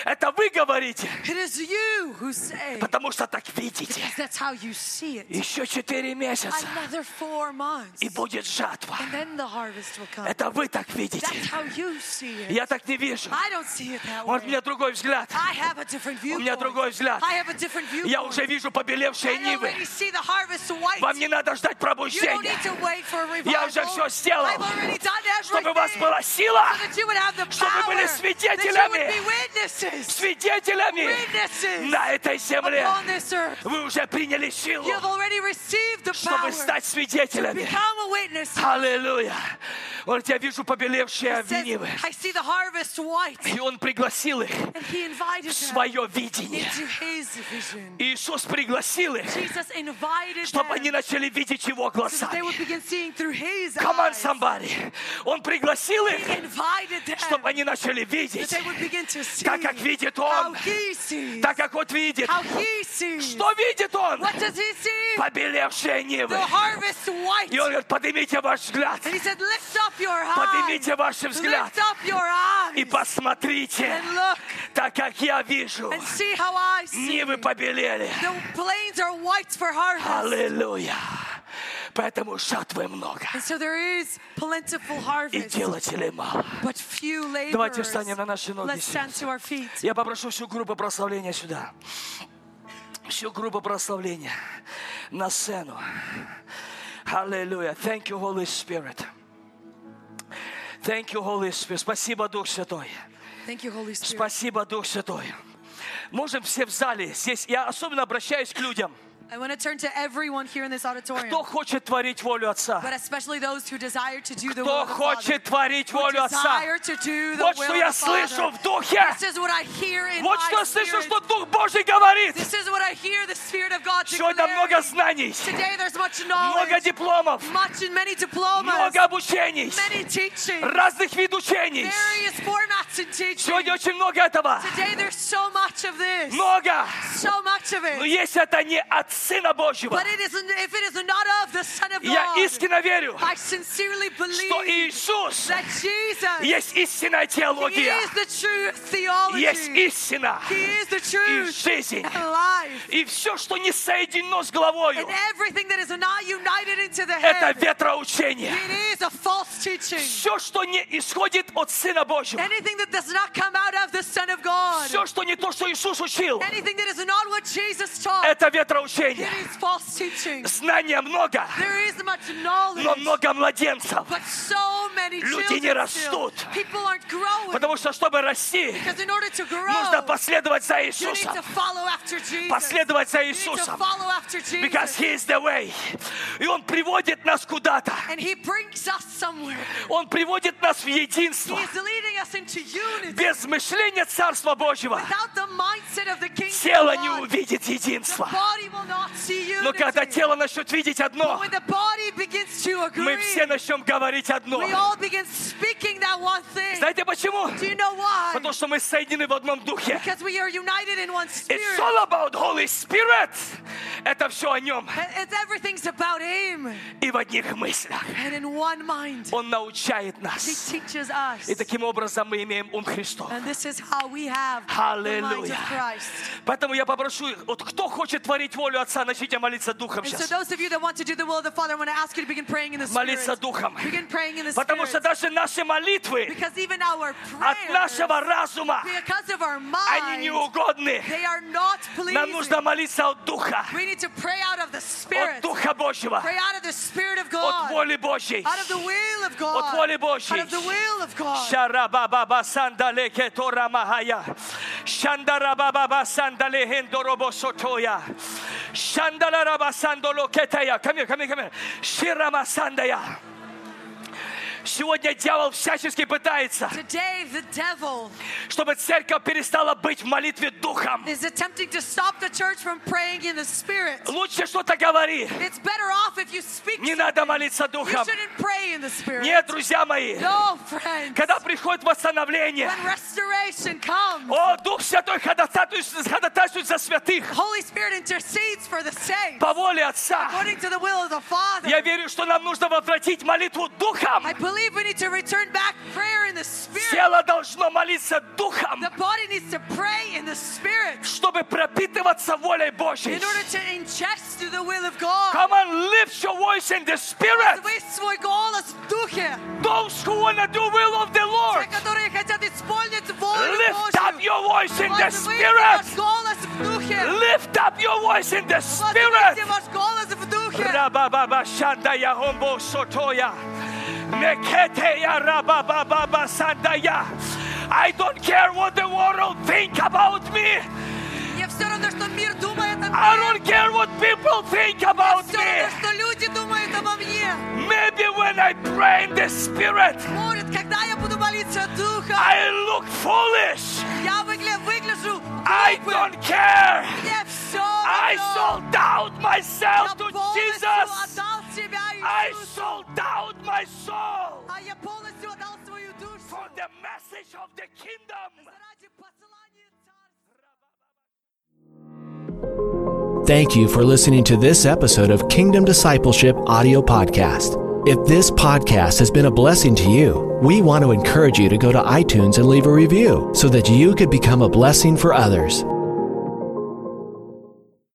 Speaker 2: Это вы говорите,
Speaker 3: It is you who say,
Speaker 2: потому что так видите.
Speaker 3: because that's how you see it.
Speaker 2: Еще четыре месяца,
Speaker 3: Another four months,
Speaker 2: и будет жатва.
Speaker 3: and then the harvest will come.
Speaker 2: Это вы так видите.
Speaker 3: That's how you see it.
Speaker 2: Я так не вижу.
Speaker 3: I don't see it that
Speaker 2: Может, у
Speaker 3: way.
Speaker 2: меня другой взгляд.
Speaker 3: I have a different
Speaker 2: У
Speaker 3: viewpoint.
Speaker 2: меня другой взгляд.
Speaker 3: I have a different
Speaker 2: Я уже
Speaker 3: viewpoint.
Speaker 2: вижу побелевшие
Speaker 3: I
Speaker 2: нивы.
Speaker 3: already see the harvest white.
Speaker 2: Вам не надо ждать
Speaker 3: You don't
Speaker 2: пробуждения,
Speaker 3: need to wait for a revival.
Speaker 2: Я уже всё сделал,
Speaker 3: I've already done
Speaker 2: чтобы
Speaker 3: everything.
Speaker 2: у вас была сила,
Speaker 3: so that you would have the
Speaker 2: чтобы
Speaker 3: power,
Speaker 2: были
Speaker 3: that you would
Speaker 2: свидетелями.
Speaker 3: be witnesses
Speaker 2: свидетелями
Speaker 3: Witnesses
Speaker 2: на этой земле.
Speaker 3: upon this earth.
Speaker 2: Вы уже приняли силу,
Speaker 3: You have already received the power
Speaker 2: чтобы стать свидетелями.
Speaker 3: become a witness.
Speaker 2: Аллилуйя. Он, я вижу побелевшие
Speaker 3: Says,
Speaker 2: нивы.
Speaker 3: I see the harvest white.
Speaker 2: И он пригласил их
Speaker 3: And he invited
Speaker 2: в
Speaker 3: them
Speaker 2: свое видение.
Speaker 3: into his vision.
Speaker 2: Иисус пригласил их,
Speaker 3: Jesus invited
Speaker 2: чтобы они
Speaker 3: them
Speaker 2: начали видеть Его
Speaker 3: so that they
Speaker 2: глазами.
Speaker 3: would begin seeing through his
Speaker 2: Come on,
Speaker 3: eyes.
Speaker 2: somebody. Он пригласил
Speaker 3: He
Speaker 2: их,
Speaker 3: invited them
Speaker 2: чтобы они начали
Speaker 3: that
Speaker 2: видеть,
Speaker 3: they would begin to see
Speaker 2: так как видит
Speaker 3: how
Speaker 2: Он,
Speaker 3: he sees.
Speaker 2: так как вот видит.
Speaker 3: How he sees.
Speaker 2: Что видит Он?
Speaker 3: What does he see?
Speaker 2: Побелевшие нивы.
Speaker 3: The harvest white.
Speaker 2: И Он говорит, поднимите ваш взгляд,
Speaker 3: And he said, lift up your eyes.
Speaker 2: поднимите ваш взгляд
Speaker 3: Lift up your eyes.
Speaker 2: и посмотрите,
Speaker 3: And look
Speaker 2: так как я вижу,
Speaker 3: and see how I see.
Speaker 2: нивы побелели.
Speaker 3: The plains are white for harvest.
Speaker 2: Аллилуйя. Поэтому жатвы много.
Speaker 3: And so there is plentiful
Speaker 2: И
Speaker 3: harvest,
Speaker 2: делателей мало.
Speaker 3: but few
Speaker 2: Давайте
Speaker 3: laborers.
Speaker 2: встанем на наши ноги
Speaker 3: Let's stand to our feet.
Speaker 2: Я попрошу всю группу прославления сюда. Всю группу прославления на сцену. Аллилуйя. Thank you, Holy Spirit. Thank you, Holy Spirit. Спасибо, Дух Святой.
Speaker 3: Thank you, Holy Spirit.
Speaker 2: Спасибо, Дух Святой. Можем все в зале здесь. Я особенно обращаюсь к людям,
Speaker 3: I want to turn to everyone here in this auditorium,
Speaker 2: кто хочет творить волю Отца.
Speaker 3: but especially those who desire to do the will
Speaker 2: Кто
Speaker 3: of the Father.
Speaker 2: хочет творить
Speaker 3: who
Speaker 2: волю Отца.
Speaker 3: desire to do the
Speaker 2: Вот
Speaker 3: will
Speaker 2: что
Speaker 3: of
Speaker 2: я
Speaker 3: the Father.
Speaker 2: слышу в духе.
Speaker 3: This is what I hear in
Speaker 2: Вот
Speaker 3: my
Speaker 2: что я слышу,
Speaker 3: spirit.
Speaker 2: что Дух Божий говорит.
Speaker 3: This is what I hear the Spirit of God
Speaker 2: Сегодня много
Speaker 3: declaring.
Speaker 2: знаний,
Speaker 3: Today there's much knowledge,
Speaker 2: много дипломов,
Speaker 3: much and many diplomas,
Speaker 2: много обучений,
Speaker 3: many teaching,
Speaker 2: разных видов учений.
Speaker 3: various formats in teaching.
Speaker 2: Сегодня очень много этого.
Speaker 3: Today there's so much of this,
Speaker 2: Много.
Speaker 3: so much of
Speaker 2: Но
Speaker 3: it.
Speaker 2: если это не от Сына Божьего,
Speaker 3: But it is, if it is not of the Son of
Speaker 2: я
Speaker 3: God,
Speaker 2: искренне верю,
Speaker 3: I sincerely
Speaker 2: что
Speaker 3: believe
Speaker 2: Иисус
Speaker 3: that Jesus
Speaker 2: есть истинная
Speaker 3: He
Speaker 2: теология,
Speaker 3: is the true theology.
Speaker 2: есть истина
Speaker 3: He is the
Speaker 2: и
Speaker 3: truth
Speaker 2: жизнь.
Speaker 3: and life.
Speaker 2: И все, что не соединено с
Speaker 3: And
Speaker 2: головою,
Speaker 3: everything that is not united into the
Speaker 2: это
Speaker 3: head,
Speaker 2: ветроучение.
Speaker 3: it is a false teaching.
Speaker 2: Все, что не исходит от Сына Божьего,
Speaker 3: Anything that does not come out of the Son of God,
Speaker 2: все, что не то, что Иисус учил,
Speaker 3: anything that is not what Jesus taught,
Speaker 2: это
Speaker 3: it
Speaker 2: ветроучение.
Speaker 3: is false teaching.
Speaker 2: Знания много,
Speaker 3: There is much
Speaker 2: но
Speaker 3: knowledge,
Speaker 2: много младенцев.
Speaker 3: but so many
Speaker 2: Люди не
Speaker 3: children still.
Speaker 2: растут.
Speaker 3: People aren't growing
Speaker 2: Потому что, чтобы расти,
Speaker 3: because in order to
Speaker 2: нужно
Speaker 3: grow,
Speaker 2: последовать за
Speaker 3: you need to
Speaker 2: Иисусом.
Speaker 3: follow after Jesus. You
Speaker 2: Последовать за
Speaker 3: need to
Speaker 2: Иисусом.
Speaker 3: follow after
Speaker 2: Because
Speaker 3: Jesus.
Speaker 2: He is the way. И Он приводит нас куда-то.
Speaker 3: And He brings us somewhere.
Speaker 2: Он приводит нас в
Speaker 3: He
Speaker 2: единство.
Speaker 3: is leading us into unity.
Speaker 2: Без мышления Царства Божьего
Speaker 3: Without the mindset of the kingdom
Speaker 2: тело
Speaker 3: of
Speaker 2: не
Speaker 3: God,
Speaker 2: увидит
Speaker 3: the
Speaker 2: единства.
Speaker 3: body will not see
Speaker 2: Но когда
Speaker 3: unity.
Speaker 2: тело начнет видеть одно,
Speaker 3: When the body begins to
Speaker 2: мы
Speaker 3: agree,
Speaker 2: все начнем говорить
Speaker 3: we
Speaker 2: одно.
Speaker 3: all begin speaking that one thing.
Speaker 2: Знаете почему?
Speaker 3: Do you know why?
Speaker 2: Потому что мы соединены в одном духе.
Speaker 3: Because we are united in one spirit.
Speaker 2: It's all about Holy Spirit. Это все о Нем
Speaker 3: And It's everything's about Him
Speaker 2: и в одних мыслях.
Speaker 3: and in one mind.
Speaker 2: Он научает
Speaker 3: He
Speaker 2: нас.
Speaker 3: teaches us.
Speaker 2: И таким образом мы имеем ум Христов.
Speaker 3: And this is how we have the mind
Speaker 2: Hallelujah.
Speaker 3: of Christ.
Speaker 2: Поэтому я попрошу, вот кто хочет творить волю Отца, начните молиться Духом
Speaker 3: And so
Speaker 2: сейчас.
Speaker 3: those of you that want to do the will of the Father, I want to ask you to begin praying in the Spirit.
Speaker 2: Молиться Духом.
Speaker 3: Begin praying in the
Speaker 2: Потому что
Speaker 3: Spirit.
Speaker 2: даже наши молитвы
Speaker 3: Because even our
Speaker 2: от
Speaker 3: prayers,
Speaker 2: нашего разума,
Speaker 3: because of our
Speaker 2: они
Speaker 3: mind,
Speaker 2: неугодны.
Speaker 3: they are not
Speaker 2: Нам нужно
Speaker 3: pleasing.
Speaker 2: молиться от Духа,
Speaker 3: We need to pray out of the
Speaker 2: от
Speaker 3: Spirit.
Speaker 2: Духа Божьего,
Speaker 3: Pray out of the Spirit of
Speaker 2: от
Speaker 3: God.
Speaker 2: воли Божьей.
Speaker 3: Out of the will of God.
Speaker 2: От воли Божьей.
Speaker 3: Out of the will of God.
Speaker 2: Шарабабаба сандале кетора махая. Шандарабабаба сандале хендоробо сотоя. Шандарараба сандоло кетая. Come here, come here, come here. Ширама сандая. Сегодня дьявол всячески пытается,
Speaker 3: Today, the devil
Speaker 2: чтобы церковь перестала быть в молитве духом.
Speaker 3: is attempting to stop the church from praying in the Spirit.
Speaker 2: Лучше что-то говори.
Speaker 3: It's better off if you speak.
Speaker 2: Не
Speaker 3: You
Speaker 2: надо молиться духом.
Speaker 3: shouldn't pray in the Spirit.
Speaker 2: Нет, друзья мои,
Speaker 3: No, friends.
Speaker 2: когда приходит восстановление,
Speaker 3: When restoration comes,
Speaker 2: о, Дух Святой ходатайствует ходатайствует за святых
Speaker 3: Holy Spirit intercedes for the saints
Speaker 2: по воле Отца.
Speaker 3: according to the will of the Father.
Speaker 2: Я верю, что нам нужно возвратить молитву духом.
Speaker 3: I believe we need to return back prayer in the Spirit.
Speaker 2: Тело должно молиться духом,
Speaker 3: The body needs to pray in the Spirit
Speaker 2: чтобы пропитываться волей Божьей.
Speaker 3: in order to ingest to the will of God.
Speaker 2: Come on, lift your voice in the spirit.
Speaker 3: Вы свой голос в духе,
Speaker 2: Those who want to do will of the Lord,
Speaker 3: те, которые хотят исполнить волю
Speaker 2: lift up
Speaker 3: Божью.
Speaker 2: your voice in the
Speaker 3: Возвысьте ваш
Speaker 2: spirit.
Speaker 3: голос в духе.
Speaker 2: Lift up your voice in the
Speaker 3: Возвысьте
Speaker 2: spirit.
Speaker 3: ваш голос в духе.
Speaker 2: Рабабаба шандая гомбо сотоя. Мекетея рабабаба сандая. I don't care what the world think about me.
Speaker 3: Мне все равно, что мир думает о
Speaker 2: I
Speaker 3: мне.
Speaker 2: don't care what people think about
Speaker 3: Все равно,
Speaker 2: me.
Speaker 3: что люди думают обо мне.
Speaker 2: Maybe when I pray in the Spirit,
Speaker 3: Может, когда я буду молиться от духа,
Speaker 2: I look foolish.
Speaker 3: я выгля- выгляжу
Speaker 2: I
Speaker 3: глупым.
Speaker 2: don't care.
Speaker 3: Мне все
Speaker 2: I
Speaker 3: равно.
Speaker 2: sold out
Speaker 3: Я
Speaker 2: myself to
Speaker 3: полностью
Speaker 2: Jesus.
Speaker 3: отдал себя
Speaker 2: I
Speaker 3: Иисусу.
Speaker 2: sold out my soul
Speaker 3: А я полностью отдал свою душу
Speaker 2: for the message of the kingdom.
Speaker 3: ради послания Царства.
Speaker 1: Thank you for listening to this episode of Kingdom Discipleship Audio Podcast. If this podcast has been a blessing to you, we want to encourage you to go to iTunes and leave a review so that you could become a blessing for others.